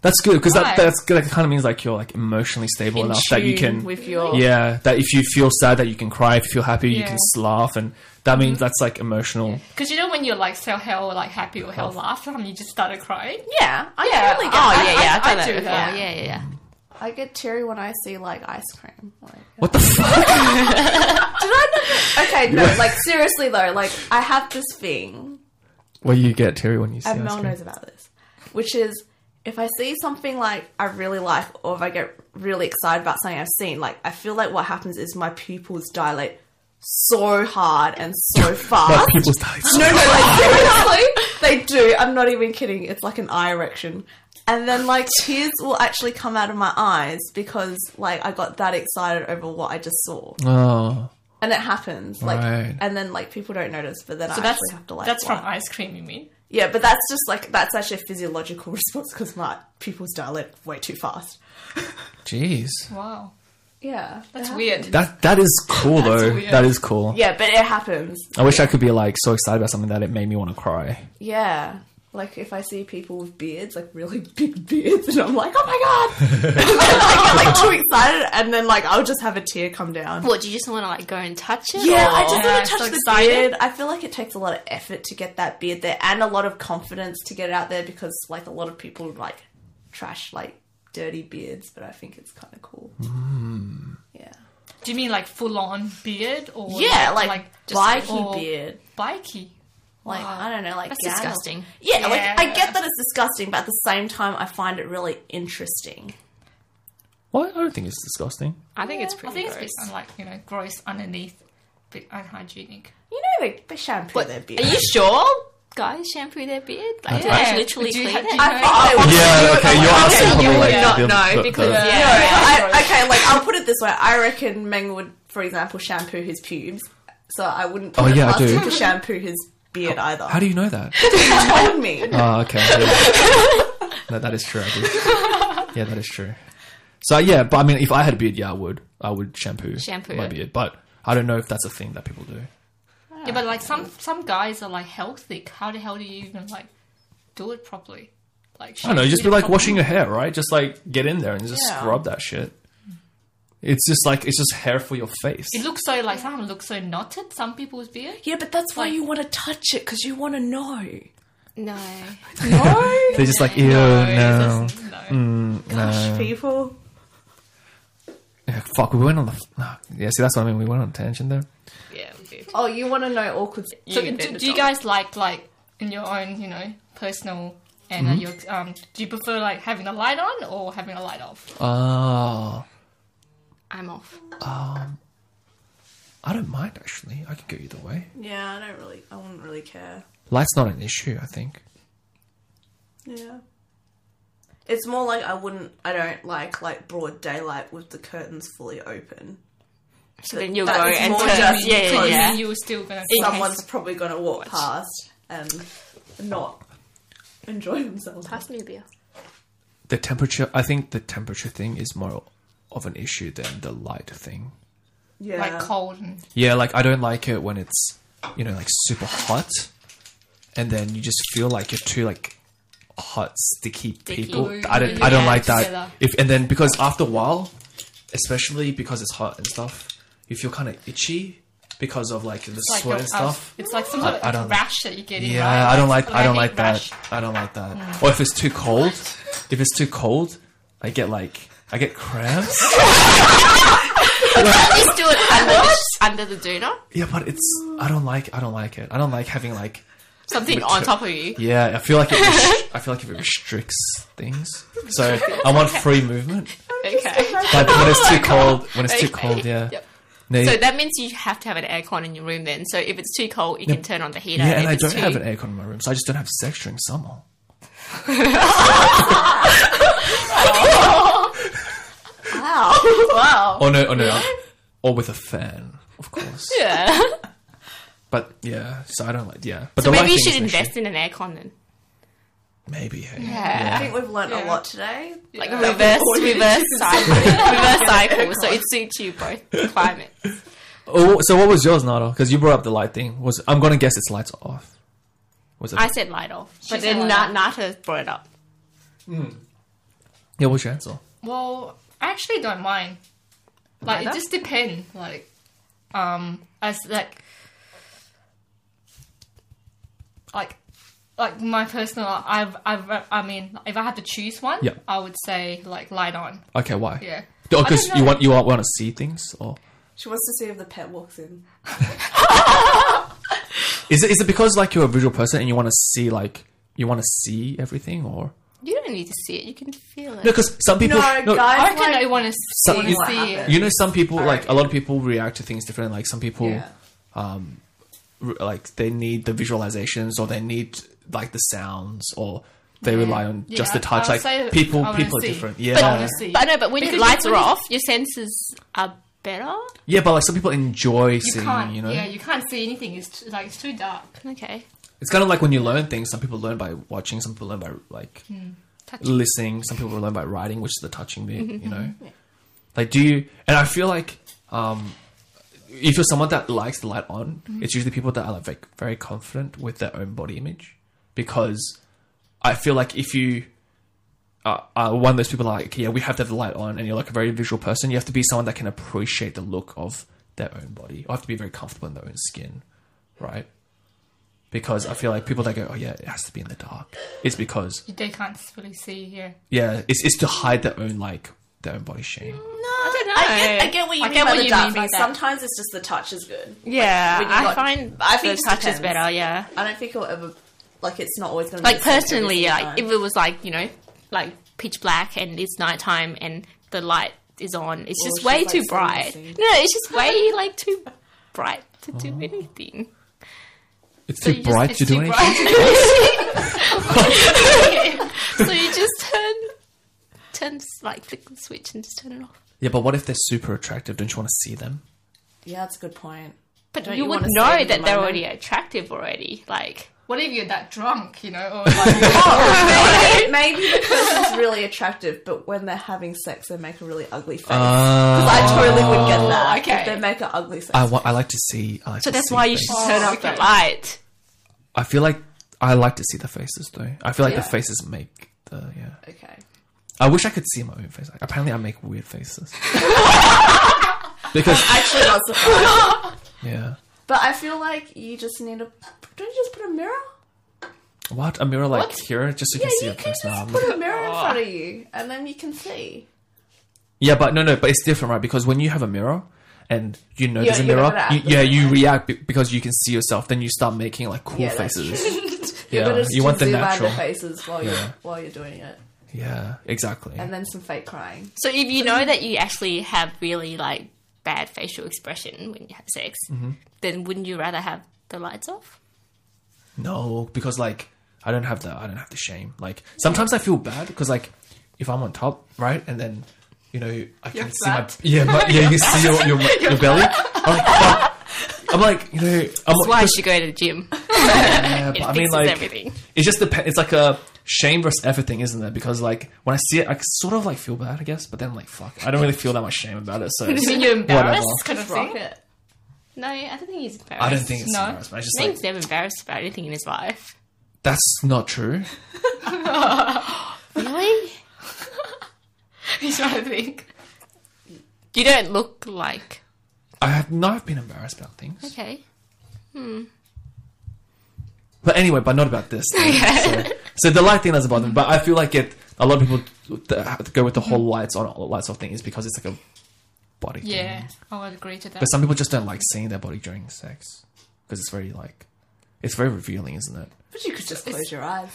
Speaker 2: That's good because
Speaker 5: Why?
Speaker 2: that that's that kind of means like you're like emotionally stable
Speaker 4: In
Speaker 2: enough that you
Speaker 4: tune
Speaker 2: can
Speaker 4: with your-
Speaker 2: yeah that if you feel sad that you can cry if you feel happy you can
Speaker 5: Yeah.
Speaker 2: laugh and that
Speaker 3: Mm-hmm.
Speaker 2: means that's like emotional
Speaker 5: Because you know when you're like so hell like happy or hell laugh, and you just started crying.
Speaker 4: Yeah, I
Speaker 5: Yeah.
Speaker 4: totally
Speaker 3: Oh
Speaker 4: get. I-
Speaker 3: yeah,
Speaker 5: I-
Speaker 3: yeah, I've done
Speaker 5: I do
Speaker 3: that before.
Speaker 5: that.
Speaker 3: Yeah, yeah, yeah.
Speaker 4: I get teary when I see like ice cream. Like, uh,
Speaker 2: what the fuck
Speaker 4: did I? Not, okay, no. Like seriously though, like I have this thing,
Speaker 2: well you get Terry when you see
Speaker 4: and
Speaker 2: ice
Speaker 4: Mel
Speaker 2: cream.
Speaker 4: knows about this, which is if I see something like I really like, or if I get really excited about something I've seen, like I feel like what happens is my pupils dilate so hard and so
Speaker 2: But
Speaker 4: fast.
Speaker 2: people start
Speaker 4: No, no, like seriously, they do. I'm not even kidding. It's like an eye erection, and then like tears will actually come out of my eyes because like I got that excited over what I just saw,
Speaker 2: oh
Speaker 4: and it happens. Like,
Speaker 2: Right.
Speaker 4: and then like people don't notice, but then I
Speaker 5: So that's
Speaker 4: actually have to like.
Speaker 5: that's from
Speaker 4: wipe.
Speaker 5: ice cream. You mean?
Speaker 4: yeah, but that's just like that's actually a physiological response because my pupils dilate way too fast.
Speaker 2: jeez
Speaker 5: Wow,
Speaker 4: Yeah,
Speaker 5: that's weird.
Speaker 2: that that is cool though
Speaker 5: weird.
Speaker 2: that is cool
Speaker 4: Yeah, but it happens.
Speaker 2: I wish I could be like so excited about something that it made me want to cry
Speaker 4: Yeah. Like if I see people with beards, like really big beards, and I'm like, oh my god! And then I get like too excited, and then like I'll just have a tear come down.
Speaker 3: What? Do you just want to like go and touch it?
Speaker 4: Yeah,
Speaker 3: or-
Speaker 4: I just
Speaker 5: Yeah,
Speaker 4: want to
Speaker 5: so
Speaker 4: touch the
Speaker 5: excited.
Speaker 4: beard. I feel like it takes a lot of effort to get that beard there, and a lot of confidence to get it out there because like a lot of people like trash like dirty beards, but I think it's kind of cool. Yeah,
Speaker 5: Do you mean like full on beard or
Speaker 4: yeah, like,
Speaker 5: just-
Speaker 4: spiky
Speaker 5: or
Speaker 4: beard.
Speaker 5: Bikey.
Speaker 4: Like I don't know, like
Speaker 3: That's
Speaker 4: gown or-
Speaker 3: disgusting.
Speaker 4: Yeah, like I
Speaker 5: Yeah.
Speaker 4: get that it's disgusting, but at the same time, I find it really interesting.
Speaker 2: what I don't think it's disgusting
Speaker 3: I think it's
Speaker 5: I
Speaker 3: pretty
Speaker 5: think
Speaker 3: gross.
Speaker 5: it's a bit like you know gross underneath, bit unhygienic.
Speaker 4: You know, they, they shampoo their beard.
Speaker 3: Are you sure? Guys shampoo their beard? Like,
Speaker 5: Yeah.
Speaker 3: yeah. literally
Speaker 5: Do you
Speaker 3: clean
Speaker 5: have- do
Speaker 3: it?
Speaker 5: you
Speaker 4: I thought I was.
Speaker 2: yeah okay you're asking
Speaker 3: you
Speaker 2: probably
Speaker 3: would
Speaker 2: like
Speaker 3: not
Speaker 2: the-
Speaker 3: know
Speaker 2: the-
Speaker 3: because-
Speaker 2: the-
Speaker 3: yeah.
Speaker 4: No,
Speaker 5: Yeah.
Speaker 4: I, okay, like I'll put it this way. I reckon Meng would, for example, shampoo his pubes, so I wouldn't. Put
Speaker 2: Oh,
Speaker 4: it
Speaker 2: yeah, I
Speaker 4: past
Speaker 2: do.
Speaker 4: him To shampoo his beard either.
Speaker 2: how do you know that
Speaker 4: you told me?
Speaker 2: Oh, okay. Yeah. no, that is true. I do. Yeah, that is true. So yeah, but I mean, if I had a beard, yeah, I would. I would shampoo,
Speaker 3: Shampoo
Speaker 2: my
Speaker 3: it.
Speaker 2: beard. But I don't know if that's a thing that people do.
Speaker 5: Yeah, but like some some guys are like healthy. How the hell do you even like do it properly? Like
Speaker 2: I don't know. Just be like washing your hair, right? Just like get in there and just
Speaker 4: Yeah.
Speaker 2: scrub that shit. It's just like it's just hair for your face.
Speaker 5: It looks so like some of them look so knotted. Some people's beard.
Speaker 4: Yeah, but that's why you want to touch it because you want to know.
Speaker 3: No.
Speaker 4: No,
Speaker 2: They're just like ew, Uh, no. Mm.
Speaker 5: it's just- no.
Speaker 4: Gosh, people.
Speaker 2: Yeah, fuck, we went on the. no. Yeah, see, that's what I mean. We went on a tangent there.
Speaker 3: Yeah, we did.
Speaker 4: Oh, you want to know awkward.
Speaker 5: So
Speaker 3: You did
Speaker 5: do,
Speaker 3: the
Speaker 5: do you
Speaker 3: job.
Speaker 5: guys like like in your own you know personal and
Speaker 2: Mm-hmm.
Speaker 5: uh, your um? Do you prefer like having a light on or having a light off?
Speaker 2: Oh,
Speaker 3: I'm off.
Speaker 2: I don't mind actually. I could go either way.
Speaker 4: Yeah, I don't really. I wouldn't really care.
Speaker 2: Light's not an issue. I think.
Speaker 4: Yeah. It's more like I wouldn't. I don't like like broad daylight with the curtains fully open.
Speaker 3: So then you'll go
Speaker 4: That is
Speaker 3: and
Speaker 4: more
Speaker 3: touch.
Speaker 4: just
Speaker 3: Yeah, yeah,
Speaker 5: Because
Speaker 3: yeah.
Speaker 5: You were still gonna.
Speaker 4: Someone's probably going to walk past and not enjoy themselves.
Speaker 3: Pass me a beer.
Speaker 2: the temperature i think the temperature thing is more of an issue than the light thing
Speaker 4: Yeah.
Speaker 5: like cold and
Speaker 2: yeah like i don't like it when it's you know, like super hot, and then you just feel like you're two like hot, sticky people.
Speaker 5: Ooh,
Speaker 2: I don't, I don't
Speaker 5: yeah,
Speaker 2: like that.
Speaker 5: together.
Speaker 2: If and then because after a while, especially because it's hot and stuff, you feel kind of itchy because of like the
Speaker 5: Like
Speaker 2: sweat
Speaker 5: a-
Speaker 2: and
Speaker 5: I was-
Speaker 2: stuff.
Speaker 5: It's like some sort
Speaker 2: I
Speaker 5: of
Speaker 2: don't-
Speaker 5: rash that you get. in,
Speaker 2: Yeah,
Speaker 5: right?
Speaker 2: I don't like
Speaker 5: Like Hmm.
Speaker 2: I don't
Speaker 5: heat
Speaker 2: like
Speaker 5: rash.
Speaker 2: that. I don't like that. Or if it's too cold, if it's too cold, I get like I get cramps.
Speaker 3: Just do it under the, under the doona.
Speaker 2: yeah, but it's I don't like I don't like it. I don't like having like
Speaker 3: Something on top of you.
Speaker 2: yeah. I feel like it rest- I feel like if it restricts things. So I want free movement.
Speaker 3: Okay.
Speaker 2: But when it's too cold, when it's too
Speaker 3: Okay.
Speaker 2: cold, yeah.
Speaker 3: Yep.
Speaker 2: No,
Speaker 3: So
Speaker 2: yeah,
Speaker 3: that means you have to have an aircon in your room then. So if it's too cold, you can turn on the heater.
Speaker 2: and
Speaker 3: if
Speaker 2: I
Speaker 3: it's
Speaker 2: don't
Speaker 3: too...
Speaker 2: have an aircon in my room, so I just don't have sex during summer.
Speaker 4: Wow. wow.
Speaker 2: Oh no, oh no, or with a fan, of course.
Speaker 3: Yeah.
Speaker 2: But yeah, so I don't like yeah. But
Speaker 3: So
Speaker 2: the
Speaker 3: maybe you
Speaker 2: lighting
Speaker 3: should
Speaker 2: is an issue.
Speaker 3: invest in an aircon then.
Speaker 2: Maybe. Hey.
Speaker 4: I
Speaker 3: Yeah.
Speaker 4: think we've learned a
Speaker 5: Yeah.
Speaker 4: lot today.
Speaker 3: Like a reverse reverse cycle. reverse cycle. So it suits you both climate.
Speaker 2: Oh, so what was yours, Nado? Because you brought up the light thing. Was I'm gonna guess it's lights off. Was it?
Speaker 3: I said light off. But
Speaker 5: said
Speaker 3: then
Speaker 5: light
Speaker 3: Na-
Speaker 5: off.
Speaker 3: Nata brought it up.
Speaker 2: yeah. What's your answer?
Speaker 5: Well, I actually don't mind. Like it
Speaker 4: Neither?
Speaker 5: just depends. Like, um, as like, like, like my personal. I've, I've, I mean, if I had to choose one,
Speaker 2: Yeah.
Speaker 5: I would say like light on.
Speaker 2: Okay, why?
Speaker 5: Yeah. I
Speaker 2: Because
Speaker 5: don't
Speaker 2: Oh, you
Speaker 5: know.
Speaker 2: want you want, want to see things, or
Speaker 4: She wants to see if the pet walks in.
Speaker 2: is it is it because like you're a visual person and you want to see like you want to see everything, or
Speaker 3: You don't need to see it. You can feel it.
Speaker 2: no? Because some people
Speaker 4: No,
Speaker 5: I
Speaker 4: guys,
Speaker 5: reckon
Speaker 4: like,
Speaker 5: I want to
Speaker 2: So
Speaker 5: see.
Speaker 2: you-
Speaker 4: what
Speaker 5: see
Speaker 4: happened.
Speaker 2: you know some people like a lot of people react to things differently. Like some people,
Speaker 4: Yeah.
Speaker 2: um, r- like they need the visualizations or they need like the sounds or they rely on
Speaker 5: Yeah,
Speaker 2: just the
Speaker 5: I- I
Speaker 2: touch.
Speaker 5: would
Speaker 2: Like
Speaker 5: say
Speaker 2: people,
Speaker 5: I wanna
Speaker 2: people are
Speaker 5: see.
Speaker 2: different.
Speaker 5: But
Speaker 2: Yeah,
Speaker 5: I wanna see.
Speaker 3: But no, but when
Speaker 5: Because
Speaker 3: your lights
Speaker 5: when
Speaker 3: are
Speaker 5: you-
Speaker 3: off, your senses are better.
Speaker 2: yeah, but like some people enjoy
Speaker 5: You
Speaker 2: seeing.
Speaker 5: can't.
Speaker 2: you know,
Speaker 5: Yeah, you can't see anything. It's t- like it's too dark.
Speaker 3: Okay.
Speaker 2: it's kind of like when you learn things. Some people learn by watching. Some people learn by like listening. Some people learn by writing, which is the touching bit. You know, like do you? And I feel like um, if you're someone that likes the light on, it's usually people that are like ve- very confident with their own body image, because I feel like if you are, are one of those people like yeah, we have to have the light on, and you're like a very visual person, you have to be someone that can appreciate the look of their own body, or have to be very comfortable in their own skin, right? Because I feel like people that go, oh yeah, it has to be in the dark, it's because
Speaker 5: They can't really see. Yeah.
Speaker 2: yeah, it's it's to hide their own like their own body shame.
Speaker 5: I don't know.
Speaker 4: I get, I get what you
Speaker 5: I
Speaker 4: mean
Speaker 5: get
Speaker 4: by
Speaker 5: what
Speaker 4: the
Speaker 5: you
Speaker 4: dark
Speaker 5: mean by
Speaker 4: side.
Speaker 5: that.
Speaker 4: Sometimes it's just the touch is good.
Speaker 3: Yeah,
Speaker 4: When you
Speaker 3: I
Speaker 4: got-
Speaker 3: find
Speaker 4: I
Speaker 3: I
Speaker 4: think
Speaker 3: think
Speaker 4: it
Speaker 3: the
Speaker 4: just
Speaker 3: touch is
Speaker 4: depends.
Speaker 3: better. Yeah,
Speaker 4: I don't think it'll ever like it's not always going to
Speaker 3: like
Speaker 4: be the same every
Speaker 3: personally,
Speaker 4: single
Speaker 3: like
Speaker 4: time.
Speaker 3: if it was like you know, like pitch black and it's nighttime and the light is on, it's
Speaker 4: Or
Speaker 3: just
Speaker 4: she's,
Speaker 3: way
Speaker 4: like,
Speaker 3: too
Speaker 4: so
Speaker 3: bright.
Speaker 4: messy.
Speaker 3: No, it's just way like too bright to do
Speaker 4: Oh.
Speaker 3: anything.
Speaker 2: It's
Speaker 3: So
Speaker 2: too
Speaker 3: you just-
Speaker 2: bright
Speaker 3: it's
Speaker 2: to do
Speaker 5: too
Speaker 2: anything.
Speaker 3: So you just turn, turn like flick the switch and just turn it off.
Speaker 2: Yeah, but what if they're super attractive? Don't you want to see them?
Speaker 4: yeah, that's a good point.
Speaker 3: But
Speaker 4: Don't
Speaker 3: you,
Speaker 4: you
Speaker 3: would
Speaker 4: wanna stay
Speaker 3: know
Speaker 4: in the
Speaker 3: that they're
Speaker 4: moment?
Speaker 3: already attractive already. Like
Speaker 5: What if you're that drunk? You know, or like,
Speaker 4: Maybe the person's really attractive, but when they're having sex, they make a really ugly face.
Speaker 2: Uh,
Speaker 4: I totally would get that.
Speaker 5: okay.
Speaker 4: If they make an ugly face.
Speaker 2: I, wa- I like to see. I like
Speaker 3: so
Speaker 2: to
Speaker 3: that's
Speaker 2: see
Speaker 3: why you
Speaker 2: faces.
Speaker 3: should turn
Speaker 4: Oh.
Speaker 3: off the
Speaker 5: oh, okay.
Speaker 3: light.
Speaker 2: I feel like I like to see the faces though. I feel like
Speaker 4: Yeah.
Speaker 2: the faces make the yeah.
Speaker 4: okay.
Speaker 2: I wish I could see my own face. Like, apparently, I make weird faces. because
Speaker 4: Actually, not surprised.
Speaker 2: yeah,
Speaker 4: but I feel like you just need a. Don't you just put a mirror?
Speaker 2: what a mirror like here just so you
Speaker 4: Yeah,
Speaker 2: can see
Speaker 4: you
Speaker 2: your
Speaker 4: can
Speaker 2: face.
Speaker 4: just
Speaker 2: Now.
Speaker 4: put a mirror in front of you, and then you can see.
Speaker 2: Yeah, but no, no, but it's different, right? Because when you have a mirror and you know
Speaker 4: Yeah,
Speaker 2: there's a
Speaker 4: you're
Speaker 2: mirror,
Speaker 4: gonna
Speaker 2: you,
Speaker 4: act the
Speaker 2: yeah,
Speaker 4: same
Speaker 2: you
Speaker 4: way.
Speaker 2: react be- because you can see yourself. Then you start making like cool
Speaker 4: Yeah, that's
Speaker 2: faces.
Speaker 4: You're gonna
Speaker 2: Yeah,
Speaker 4: just
Speaker 2: you want the
Speaker 4: zoom out
Speaker 2: natural.
Speaker 4: the faces while
Speaker 2: Yeah.
Speaker 4: you're while you're doing it,
Speaker 2: Yeah, exactly.
Speaker 4: and then some fake crying.
Speaker 3: So if you know that you actually have really like bad facial expression when you have sex,
Speaker 2: Mm-hmm.
Speaker 3: then wouldn't you rather have the lights off?
Speaker 2: No, because like I don't have the I don't have the shame. Like sometimes I feel bad because like if I'm on top, right, and then you know I can see my
Speaker 5: flat.
Speaker 2: yeah, but yeah, you can see your your, your belly. I'm like, fuck. I'm like, you know, I'm
Speaker 3: That's why you should go to the gym.
Speaker 2: yeah, but
Speaker 3: It
Speaker 2: I mean,
Speaker 3: fixes
Speaker 2: like,
Speaker 3: everything.
Speaker 2: it just depends. It's like a shame versus effort thing, isn't it? Because like when I see it, I sort of like feel bad, I guess. But then like, fuck, I don't really feel that much shame about it. So it's-
Speaker 5: you're
Speaker 2: Whatever.
Speaker 5: embarrassed, kind of
Speaker 4: Wrong.
Speaker 5: thing.
Speaker 3: No, I don't think he's embarrassed.
Speaker 2: I don't think it's
Speaker 5: No.
Speaker 2: embarrassed, but I just
Speaker 3: I think
Speaker 2: like
Speaker 3: he's never embarrassed about anything in his life.
Speaker 2: that's not true.
Speaker 3: Really?
Speaker 5: He's trying to think.
Speaker 3: You don't look like
Speaker 2: I have not been embarrassed about things.
Speaker 3: okay.
Speaker 2: But anyway, but not about this. thing. So, so the light thing doesn't bother me, but I feel like it. A lot of people that have to go with the
Speaker 3: Mm-hmm.
Speaker 2: whole lights on, lights off thing is because it's like a body thing.
Speaker 5: Yeah, I would agree to that.
Speaker 2: But some people just don't like seeing their body during sex because it's very like, it's very revealing, isn't it?
Speaker 4: But you could just close your eyes.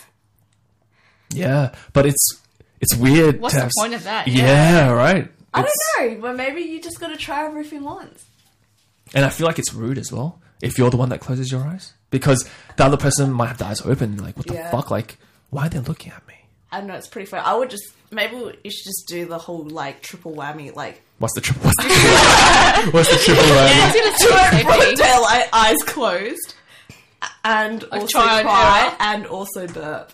Speaker 2: Yeah, but it's it's weird.
Speaker 5: What's
Speaker 2: to
Speaker 5: the
Speaker 2: have s-
Speaker 5: point of that?
Speaker 2: Yeah, right.
Speaker 4: I
Speaker 2: It's-
Speaker 4: don't know, but maybe you just gotta try everything once.
Speaker 2: And I feel like it's rude as well if you're the one that closes your eyes because the other person might have the eyes open. Like, what the
Speaker 4: Yeah.
Speaker 2: fuck? Like, why are they looking at me?
Speaker 4: I don't know, it's pretty fair. I would just maybe you should just do the whole like triple whammy, like
Speaker 2: What's the triple? What's the triple? what's the triple whammy?
Speaker 4: do it broad daylight, eyes closed, and also
Speaker 5: trial and
Speaker 4: cry
Speaker 5: error.
Speaker 4: and also burp.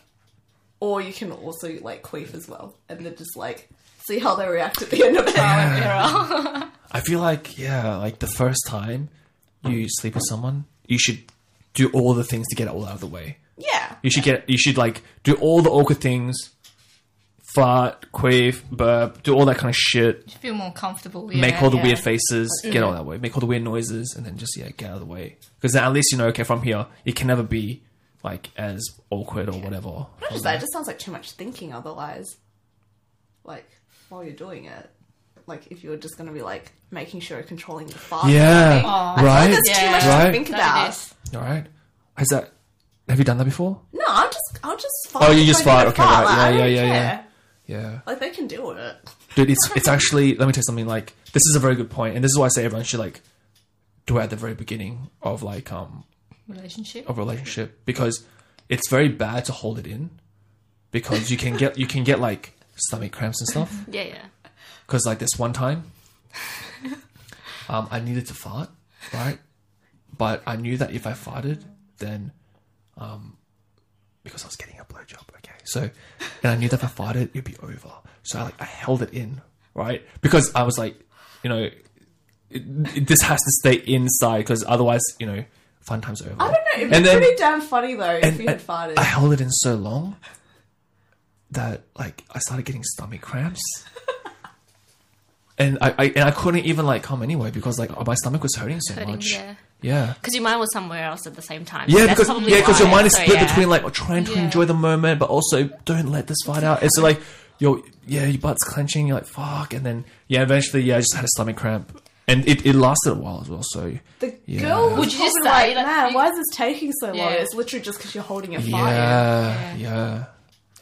Speaker 4: Or you can also like queef as well, and then just like see how they react at the end of it.
Speaker 2: I feel like yeah, like the first time you sleep with someone, you should do all the things to get it all out of the way.
Speaker 4: Yeah,
Speaker 2: You should get you should like do all the awkward things, fart, queef, burp, do all that kind of shit.
Speaker 5: feel more comfortable. Yeah,
Speaker 2: make all the
Speaker 5: yeah.
Speaker 2: weird faces, get all that way. Make all the weird noises, and then just yeah, get out of the way. Because then at least you know, okay, from here it can never be like as awkward or whatever.
Speaker 4: Just that, it just sounds like too much thinking otherwise. Like while you're doing it, like if you're just gonna be like making sure you're controlling the fart.
Speaker 2: Yeah,
Speaker 5: Aw.
Speaker 2: right,
Speaker 4: There's too
Speaker 5: Yeah.
Speaker 4: much to
Speaker 2: Right.
Speaker 4: think
Speaker 5: That
Speaker 4: about.
Speaker 5: it is.
Speaker 2: all right. Has that? Have you done that before?
Speaker 4: No, I'll just, I'll just fart.
Speaker 2: Oh, you just
Speaker 4: if I need
Speaker 2: fart,
Speaker 4: to
Speaker 2: okay, right,
Speaker 4: Like,
Speaker 2: yeah,
Speaker 4: I don't
Speaker 2: yeah, yeah,
Speaker 4: care.
Speaker 2: yeah. Yeah.
Speaker 4: Like they can deal with it.
Speaker 2: dude it's it's actually let me tell you something like this is a very good point and this is why i say everyone should like do it at the very beginning of like um
Speaker 5: relationship.
Speaker 2: of a relationship because it's very bad to hold it in because you can get you can get like stomach cramps and stuff
Speaker 3: Yeah, yeah.
Speaker 2: because like this one time um i needed to fart right but i knew that if i farted then um because i was getting a blowjob okay so and i knew that if i farted it'd be over so i like i held it in right because i was like you know it, it- this has to stay inside because otherwise you know fun times are over
Speaker 4: I don't know. It'd be
Speaker 2: And then-
Speaker 4: pretty damn funny though if
Speaker 2: and-
Speaker 4: you had
Speaker 2: and
Speaker 4: farted.
Speaker 2: I held it in so long that like I started getting stomach cramps. and I, I and I couldn't even like come anyway because like my stomach was hurting so
Speaker 3: Hurting,
Speaker 2: much.
Speaker 3: yeah.
Speaker 2: Yeah.
Speaker 3: Because your mind was somewhere else at the same time.
Speaker 2: Yeah,
Speaker 3: That's
Speaker 2: because
Speaker 3: probably
Speaker 2: yeah, because your
Speaker 3: why.
Speaker 2: mind is
Speaker 3: So,
Speaker 2: split
Speaker 3: yeah.
Speaker 2: between like trying to
Speaker 5: Yeah.
Speaker 2: enjoy the moment, but also don't let this fight out. It's like your yeah, your butt's clenching. You're like fuck, and then yeah, eventually yeah, I just had a stomach cramp, and it, it lasted a while as well. So
Speaker 4: the
Speaker 2: yeah.
Speaker 4: girl was
Speaker 5: Would you just
Speaker 4: probably like,
Speaker 5: say, like,
Speaker 4: man,
Speaker 5: you-
Speaker 4: why is this taking so long?
Speaker 5: Yeah.
Speaker 4: It's literally just because you're holding it
Speaker 2: yeah,
Speaker 4: fire.
Speaker 2: yeah,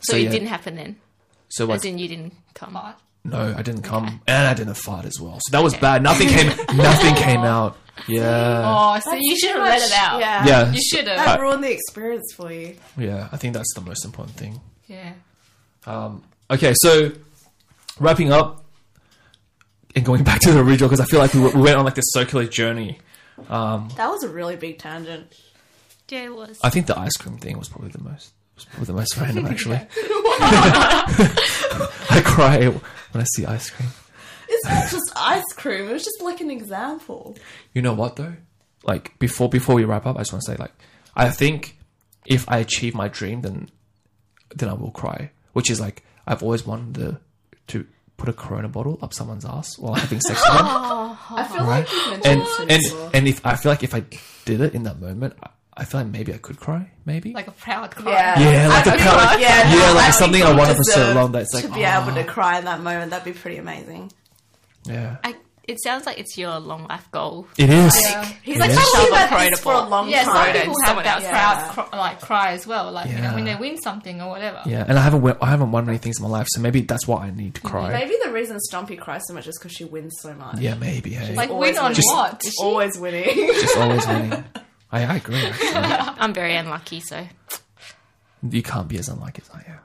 Speaker 3: So,
Speaker 2: So,
Speaker 3: it
Speaker 2: yeah.
Speaker 3: didn't happen then.
Speaker 2: So like,
Speaker 3: As in you didn't come.
Speaker 5: But
Speaker 2: No, I didn't come, and I didn't fart as well. So that was bad. Nothing came. nothing came out. Yeah,
Speaker 5: oh, so you should have let it out.
Speaker 4: Yeah.
Speaker 2: yeah,
Speaker 5: You should have.
Speaker 4: That ruined the experience for you.
Speaker 2: yeah. I think that's the most important thing.
Speaker 5: yeah.
Speaker 2: Okay, so wrapping up and going back to the original because I feel like we, w- we went on like this circular journey.
Speaker 4: That was a really big tangent.
Speaker 3: Yeah, it was.
Speaker 2: I think the ice cream thing was probably the most was probably the most random actually. I cry when I see ice cream.
Speaker 4: It's not just ice cream. It was just like an example.
Speaker 2: You know what though? Like before before we wrap up, I just want to say like I think if I achieve my dream, then then I will cry. Which is like I've always wanted the, to put a Corona bottle up someone's ass while having sex with them,
Speaker 4: I feel
Speaker 2: right?
Speaker 4: like you mentioned
Speaker 2: And
Speaker 4: this to me
Speaker 2: and
Speaker 4: before.
Speaker 2: and if I feel like if I did it in that moment, I, I feel like maybe I could cry. Maybe
Speaker 5: Like a proud cry.
Speaker 4: Yeah.
Speaker 2: yeah, like
Speaker 4: I
Speaker 2: a
Speaker 4: feel
Speaker 2: proud, like,
Speaker 4: yeah,
Speaker 2: yeah,
Speaker 4: no,
Speaker 2: like
Speaker 4: you
Speaker 2: something I wanted for so
Speaker 4: deserve
Speaker 2: long that it's like
Speaker 4: to be
Speaker 2: oh,
Speaker 4: able to cry in that moment, that'd be pretty amazing.
Speaker 2: yeah,
Speaker 3: I, it sounds like it's your long life goal.
Speaker 2: it is.
Speaker 5: Yeah.
Speaker 4: He's
Speaker 2: like,
Speaker 4: like,
Speaker 2: Yes.
Speaker 4: I
Speaker 2: "Can't
Speaker 3: believe
Speaker 4: um, about
Speaker 3: I've been
Speaker 4: this
Speaker 3: for
Speaker 4: for
Speaker 3: a
Speaker 4: a long
Speaker 5: Yeah, some
Speaker 4: time.
Speaker 3: Right,
Speaker 5: people have
Speaker 3: someone
Speaker 5: that
Speaker 3: else.
Speaker 5: proud proud cry, like cry as well, like you
Speaker 2: Yeah.
Speaker 5: know when they win something or whatever.
Speaker 2: Yeah, and I haven't won- I haven't won many things in my life, so maybe that's why I need to
Speaker 4: Mm-hmm.
Speaker 2: cry.
Speaker 4: Maybe the reason Stompy cries so much is because she wins so much.
Speaker 2: Yeah, maybe. Hey.
Speaker 5: Like
Speaker 4: Always
Speaker 5: win on
Speaker 4: just-
Speaker 5: what?
Speaker 4: She's always winning.
Speaker 2: It's always winning. I, I agree. Actually.
Speaker 3: I'm very unlucky, so.
Speaker 2: You can't be as unlucky as I am.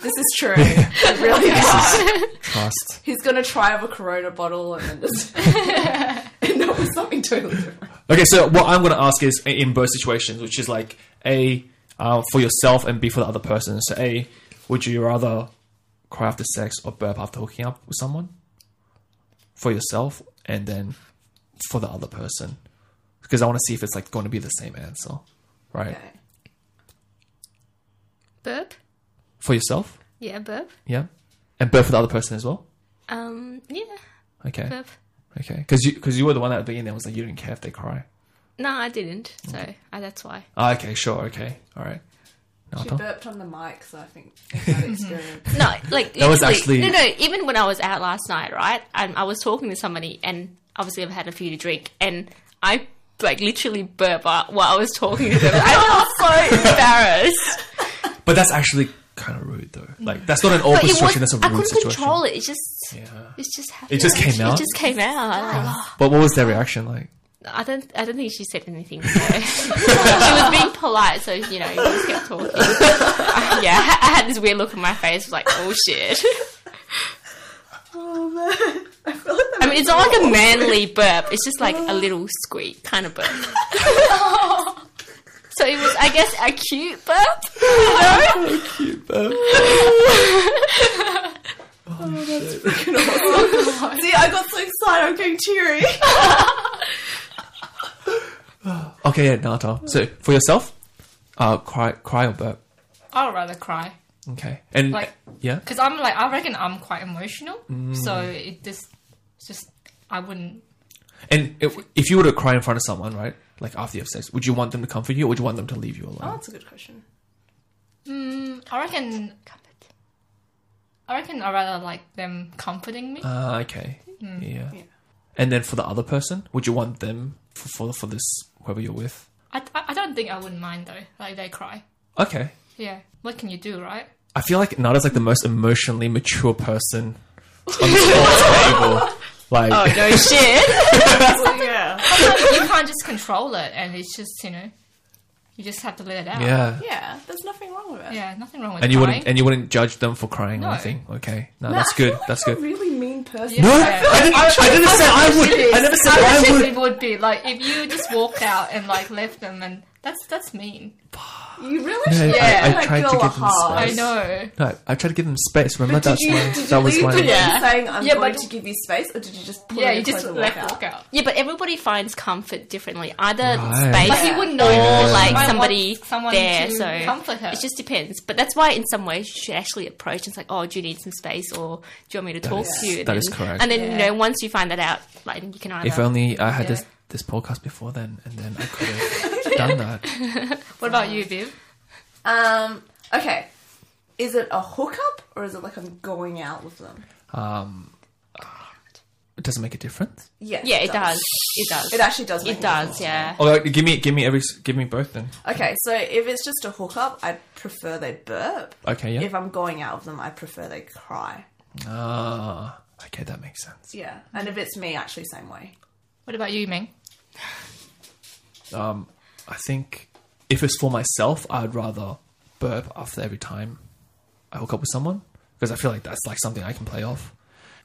Speaker 4: this is true. It really is.
Speaker 2: Trust.
Speaker 4: He's gonna try with a Corona bottle and then just end up with something totally different.
Speaker 2: Okay, so what I'm going to ask is i- in both situations, which is like a uh, for yourself and b for the other person. So a, would you rather cry after sex or burp after hooking up with someone for yourself, and then for the other person? because I want to see if it's like going to be the same answer, right?
Speaker 5: Okay.
Speaker 3: Burp?
Speaker 2: For yourself,
Speaker 3: Yeah, burp.
Speaker 2: yeah, and both for the other person as well.
Speaker 3: Um, yeah,
Speaker 2: Okay,
Speaker 3: burp.
Speaker 2: okay, because you because you were the one at the beginning that was like you didn't care if they cry.
Speaker 3: No, I didn't. So I, that's why.
Speaker 2: Ah, okay, sure, okay, all right.
Speaker 4: She
Speaker 2: Nata?
Speaker 4: burped on the mic, so I think that experience.
Speaker 3: No, like
Speaker 2: That was actually-
Speaker 3: literally- no, no. Even when I was out last night, right? Um, I was talking to somebody, and obviously I've had a few to drink, and I like literally burp out while I was talking to them. I felt so embarrassed.
Speaker 2: But that's actually kind of rude though. Like that's not an
Speaker 3: But it
Speaker 2: awkward
Speaker 3: was,
Speaker 2: situation. That's a
Speaker 3: I
Speaker 2: rude
Speaker 3: couldn't
Speaker 2: situation.
Speaker 3: control it. It just,
Speaker 2: Yeah.
Speaker 3: it just happened.
Speaker 2: It just came out?
Speaker 3: It just came out. I, like, oh.
Speaker 2: But what was their reaction like?
Speaker 3: I don't, I don't think she said anything. So. she was being polite, so you know, we just kept talking. yeah, I ha- I had this weird look on my face. was like, oh shit.
Speaker 4: Oh man, I feel like that
Speaker 3: I mean, it's not like a manly burp. It's just like a little squeak kind of burp. so it was, I guess, a cute burp. You know?
Speaker 4: See, I got so excited, I'm getting teary.
Speaker 2: Okay, yeah, Nata. So for yourself, uh, cry, cry or burp.
Speaker 5: I'd rather cry
Speaker 2: Okay, and
Speaker 5: Like-
Speaker 2: yeah,
Speaker 5: because I'm like I reckon I'm quite emotional,
Speaker 2: Mm.
Speaker 5: so it just it's just I wouldn't.
Speaker 2: and if, if you were to cry in front of someone, right, like after you have sex, would you want them to comfort you, or would you want them to leave you alone?
Speaker 4: Oh, that's a good question.
Speaker 5: Mm, I reckon. I reckon I rather like them comforting me.
Speaker 2: Ah, okay.
Speaker 3: Mm-hmm.
Speaker 2: Yeah.
Speaker 4: Yeah.
Speaker 2: And then for the other person, would you want them for for, for this whoever you're with?
Speaker 5: I, I I don't think I wouldn't mind though. Like they cry.
Speaker 2: Okay.
Speaker 5: Yeah. What can you do, right?
Speaker 2: I feel like Nada's like the most emotionally mature person on this whole table. Like,
Speaker 3: Oh no, shit.
Speaker 4: yeah,
Speaker 5: you can't just control it, and it's just you know, you just have to let it out.
Speaker 2: yeah.
Speaker 4: yeah. There's nothing wrong with it.
Speaker 5: Yeah, nothing wrong with
Speaker 2: And you
Speaker 5: crying.
Speaker 2: wouldn't and you wouldn't judge them for crying or
Speaker 5: No.
Speaker 2: anything. Okay. No,
Speaker 4: Nah,
Speaker 2: that's
Speaker 4: I feel
Speaker 2: good.
Speaker 4: like
Speaker 2: that's
Speaker 4: I'm a
Speaker 2: good.
Speaker 4: Really mean person.
Speaker 2: No,
Speaker 5: Yeah.
Speaker 2: I didn't, I, I didn't say I would. I never said
Speaker 5: I
Speaker 2: I
Speaker 5: actually
Speaker 2: would.
Speaker 5: would be like if you just walked out and like left them, and that's that's mean.
Speaker 4: You really
Speaker 2: No,
Speaker 4: should.
Speaker 2: I- I
Speaker 4: like,
Speaker 2: tried to
Speaker 4: go
Speaker 2: give them
Speaker 4: hard.
Speaker 5: I
Speaker 2: Yes.
Speaker 5: know.
Speaker 2: No, I tried to give them space. Remember
Speaker 4: Did
Speaker 2: that's
Speaker 4: you,
Speaker 2: my
Speaker 4: did you
Speaker 2: that was
Speaker 4: leave
Speaker 2: my
Speaker 4: with
Speaker 3: Yeah.
Speaker 4: them saying I'm
Speaker 5: Yeah,
Speaker 4: going
Speaker 5: but-
Speaker 4: to give you space, or did you just pull
Speaker 5: Yeah,
Speaker 4: on
Speaker 5: you
Speaker 4: your
Speaker 5: just
Speaker 4: clothes and
Speaker 5: left
Speaker 4: walk out?
Speaker 5: walk out.
Speaker 3: Yeah, but everybody finds comfort differently. Either
Speaker 2: Right.
Speaker 5: Like
Speaker 3: space
Speaker 5: you wouldn't know.
Speaker 3: or
Speaker 5: You might
Speaker 3: like
Speaker 5: want
Speaker 3: somebody
Speaker 5: someone
Speaker 3: there.
Speaker 5: to
Speaker 3: So
Speaker 5: comfort her.
Speaker 3: it just depends. But that's why, in some ways, you should actually approach. It's like, oh, do you need some space, or do you want me to talk
Speaker 2: is-
Speaker 3: to you? And
Speaker 2: that is
Speaker 3: then-
Speaker 2: correct.
Speaker 3: And then you
Speaker 5: Yeah.
Speaker 3: know, once you find that out, like you can either.
Speaker 2: If only I had
Speaker 5: Yeah.
Speaker 2: this this podcast before then, and then I could have done that.
Speaker 5: What about you, Viv?
Speaker 4: Um. Okay. Is it a hookup or is it like I'm going out with them?
Speaker 2: Um, it doesn't make a difference.
Speaker 4: Yeah.
Speaker 3: yeah, it does. It does.
Speaker 4: It actually does. make
Speaker 3: It
Speaker 4: me
Speaker 3: does. Yeah.
Speaker 2: Oh, like, give me, give me every, give me both then.
Speaker 4: feel- Okay. So if it's just a hookup, I'd prefer they burp.
Speaker 2: Okay, yeah.
Speaker 4: If I'm going out with them, I prefer they cry.
Speaker 2: Ah, okay, that makes sense.
Speaker 4: Yeah. And if it's me, actually, same way.
Speaker 5: What about you, Ming?
Speaker 2: Um, I think if it's for myself, I'd rather burp after every time I hook up with someone because I feel like that's like something I can play off.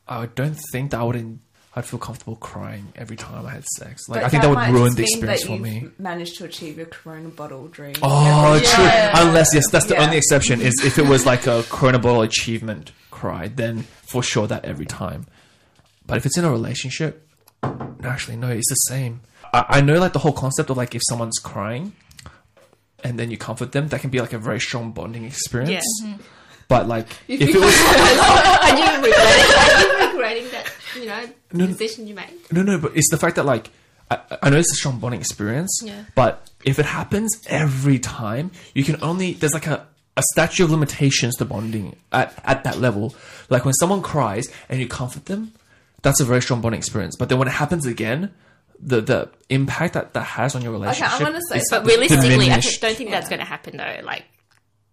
Speaker 2: I don't think that I wouldn't. I'd feel comfortable crying every time I had sex. Like
Speaker 4: But
Speaker 2: I think that
Speaker 4: might
Speaker 2: would ruin
Speaker 4: just
Speaker 2: the
Speaker 4: mean
Speaker 2: experience
Speaker 4: that
Speaker 2: for
Speaker 4: you've
Speaker 2: me.
Speaker 4: Managed to achieve your Corona bottle dream.
Speaker 2: Oh,
Speaker 5: Yeah.
Speaker 2: true. Unless yes, that's the
Speaker 4: Yeah.
Speaker 2: only exception is if it was like a Corona Bowl achievement cry, then for sure that every time. But if it's in a relationship, actually no, it's the same. I, I know like the whole concept of like if someone's crying, and then you comfort them, that can be like a very strong bonding experience. But like if it was
Speaker 3: Are you regretting, are you regretting that, you know, decision you made?
Speaker 2: no no, but it's the fact that like I, I know it's a strong bonding experience,
Speaker 3: Yeah.
Speaker 2: but if it happens every time, you can only there's like a a statute of limitations to bonding at, at that level. Like when someone cries and you comfort them, that's a very strong bonding experience. But then when it happens again, the the impact that that has on your
Speaker 4: Okay,
Speaker 2: relationship.
Speaker 4: I'm gonna say
Speaker 2: is
Speaker 3: But realistically, I
Speaker 2: diminished.
Speaker 3: don't think that's going to happen though. Like,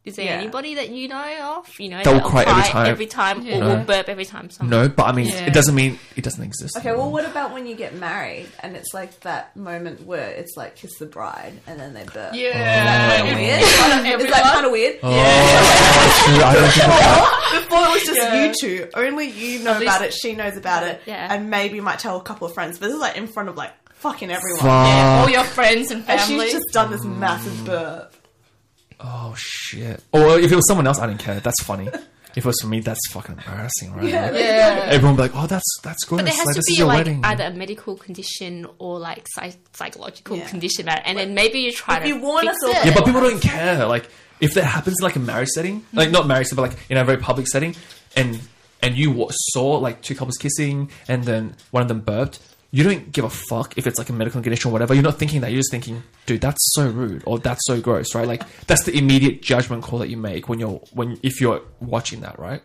Speaker 3: is there
Speaker 4: Yeah.
Speaker 3: anybody that you know of? You know,
Speaker 2: That will
Speaker 3: that'll
Speaker 2: cry every time.
Speaker 3: every time or
Speaker 5: Yeah.
Speaker 3: will burp every time. Someone.
Speaker 2: no, but I mean,
Speaker 5: Yeah.
Speaker 2: it doesn't mean it doesn't exist.
Speaker 4: Okay, well, what about when you get married and it's like that moment where it's like kiss the bride and then they burp?
Speaker 5: Yeah.
Speaker 4: Weird. Is that kind of weird?
Speaker 2: Oh. Actually, I don't think
Speaker 4: Before it was just
Speaker 5: Yeah.
Speaker 4: you two. Only you know
Speaker 5: least-
Speaker 4: about it, she knows about it,
Speaker 3: Yeah.
Speaker 4: and maybe might tell a couple of friends. But this is like in front of like fucking everyone.
Speaker 2: Uh,
Speaker 5: Yeah, all your friends and
Speaker 4: And
Speaker 5: family.
Speaker 4: she's just done this massive burp.
Speaker 2: Oh shit! Or if it was someone else, I didn't care. That's funny. If it was for me, that's fucking embarrassing, right? Like,
Speaker 5: Yeah.
Speaker 2: Everyone would be like, oh, that's that's gorgeous.
Speaker 3: But there has
Speaker 2: like,
Speaker 3: to
Speaker 2: this is
Speaker 3: be
Speaker 2: your
Speaker 3: like
Speaker 2: wedding.
Speaker 3: either a medical condition or like psych- psychological
Speaker 4: Yeah.
Speaker 3: condition about it, and then maybe you try
Speaker 4: If
Speaker 3: to
Speaker 4: you warn
Speaker 3: fix
Speaker 4: us all-
Speaker 3: it.
Speaker 2: Yeah, but people don't care. Like if that happens in like a marriage setting,
Speaker 3: Mm-hmm.
Speaker 2: like not marriage, but like in a very public setting, and and you wa- saw like two couples kissing, and then one of them burped. You don't give a fuck if it's like a medical condition or whatever. You're not thinking that. You're just thinking, dude, that's so rude or that's so gross, right? Like that's the immediate judgment call that you make when you're when if you're watching that, right?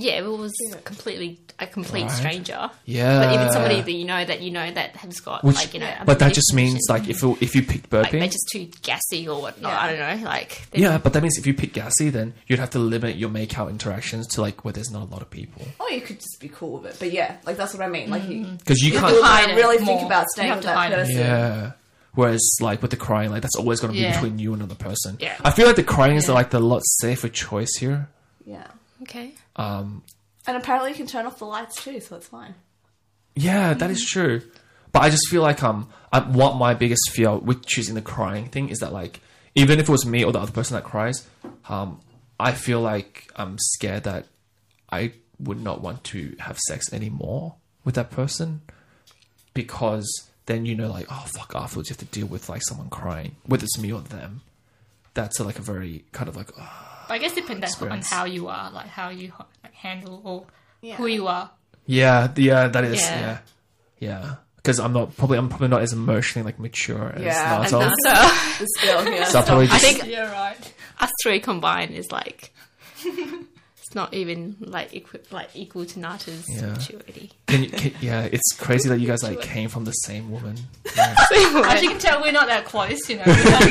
Speaker 3: Yeah, if it was completely a complete
Speaker 2: Right.
Speaker 3: stranger.
Speaker 2: Yeah.
Speaker 3: But even somebody that you know that you know that has got
Speaker 2: Which,
Speaker 3: like you know. a
Speaker 2: but that
Speaker 3: medical
Speaker 2: just means
Speaker 3: condition,
Speaker 2: like if you- if you pick burping,
Speaker 3: like, they're just too gassy or whatnot.
Speaker 5: Yeah.
Speaker 3: I don't know. Like they-
Speaker 2: yeah, but that means if you pick gassy, then you'd have to limit your make out interactions to like where there's not a lot of people.
Speaker 4: Or you could just be cool with it. But yeah, like that's what I mean. Like you,
Speaker 2: Because you
Speaker 4: you
Speaker 2: can't
Speaker 4: have to
Speaker 5: Mm-hmm. Hide it
Speaker 4: really think
Speaker 5: more.
Speaker 4: about
Speaker 5: You
Speaker 4: staying
Speaker 5: have
Speaker 4: with
Speaker 5: to
Speaker 4: that
Speaker 5: hide it.
Speaker 4: person.
Speaker 2: Yeah. Whereas, like with the crying, like that's always going to be
Speaker 5: Yeah.
Speaker 2: between you and another person.
Speaker 3: Yeah.
Speaker 2: I feel like the crying is like the lot safer choice here.
Speaker 4: Yeah.
Speaker 3: okay.
Speaker 4: And apparently you can turn off the lights too, so it's fine.
Speaker 2: Yeah, that is true. But I just feel like um, I, what my biggest fear with choosing the crying thing is that like, even if it was me or the other person that cries, um, I feel like I'm scared that I would not want to have sex anymore with that person because then you know like, oh fuck, afterwards you have to deal with like someone crying, whether it's me or them. That's like a very kind of like
Speaker 5: But I guess it depends on
Speaker 2: Experience.
Speaker 5: how you are, like how you h- like, handle or who you are.
Speaker 2: Yeah, the- yeah, that is
Speaker 5: Yeah.
Speaker 2: yeah, yeah. Because I'm not probably I'm probably not as emotionally like mature as
Speaker 4: Yeah,
Speaker 2: yeah,
Speaker 4: and
Speaker 2: Naruto.
Speaker 3: So I
Speaker 4: It's still here.
Speaker 2: So I probably just
Speaker 3: think
Speaker 5: Yeah, right.
Speaker 3: us three combined is like it's not even like equi- like equal to Nata's
Speaker 2: Yeah.
Speaker 3: maturity.
Speaker 2: can you, can, yeah, it's crazy that you guys like came from the same woman.
Speaker 5: As you can tell, we're not that close. You know, we're not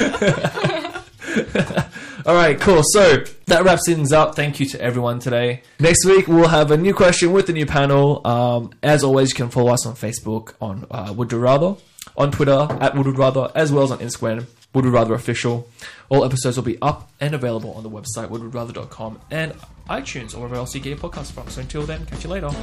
Speaker 5: really different.
Speaker 2: All right, cool. So that wraps things up. Thank you to everyone today. Next week we'll have a new question with a new panel. Um, as always, you can follow us on Facebook on uh, Would You Rather, on Twitter at Would You Rather, as well as on Instagram Would You Rather Official. All episodes will be up and available on the website woodwouldrather.com and iTunes or wherever else you get your podcasts from. So until then, catch you later.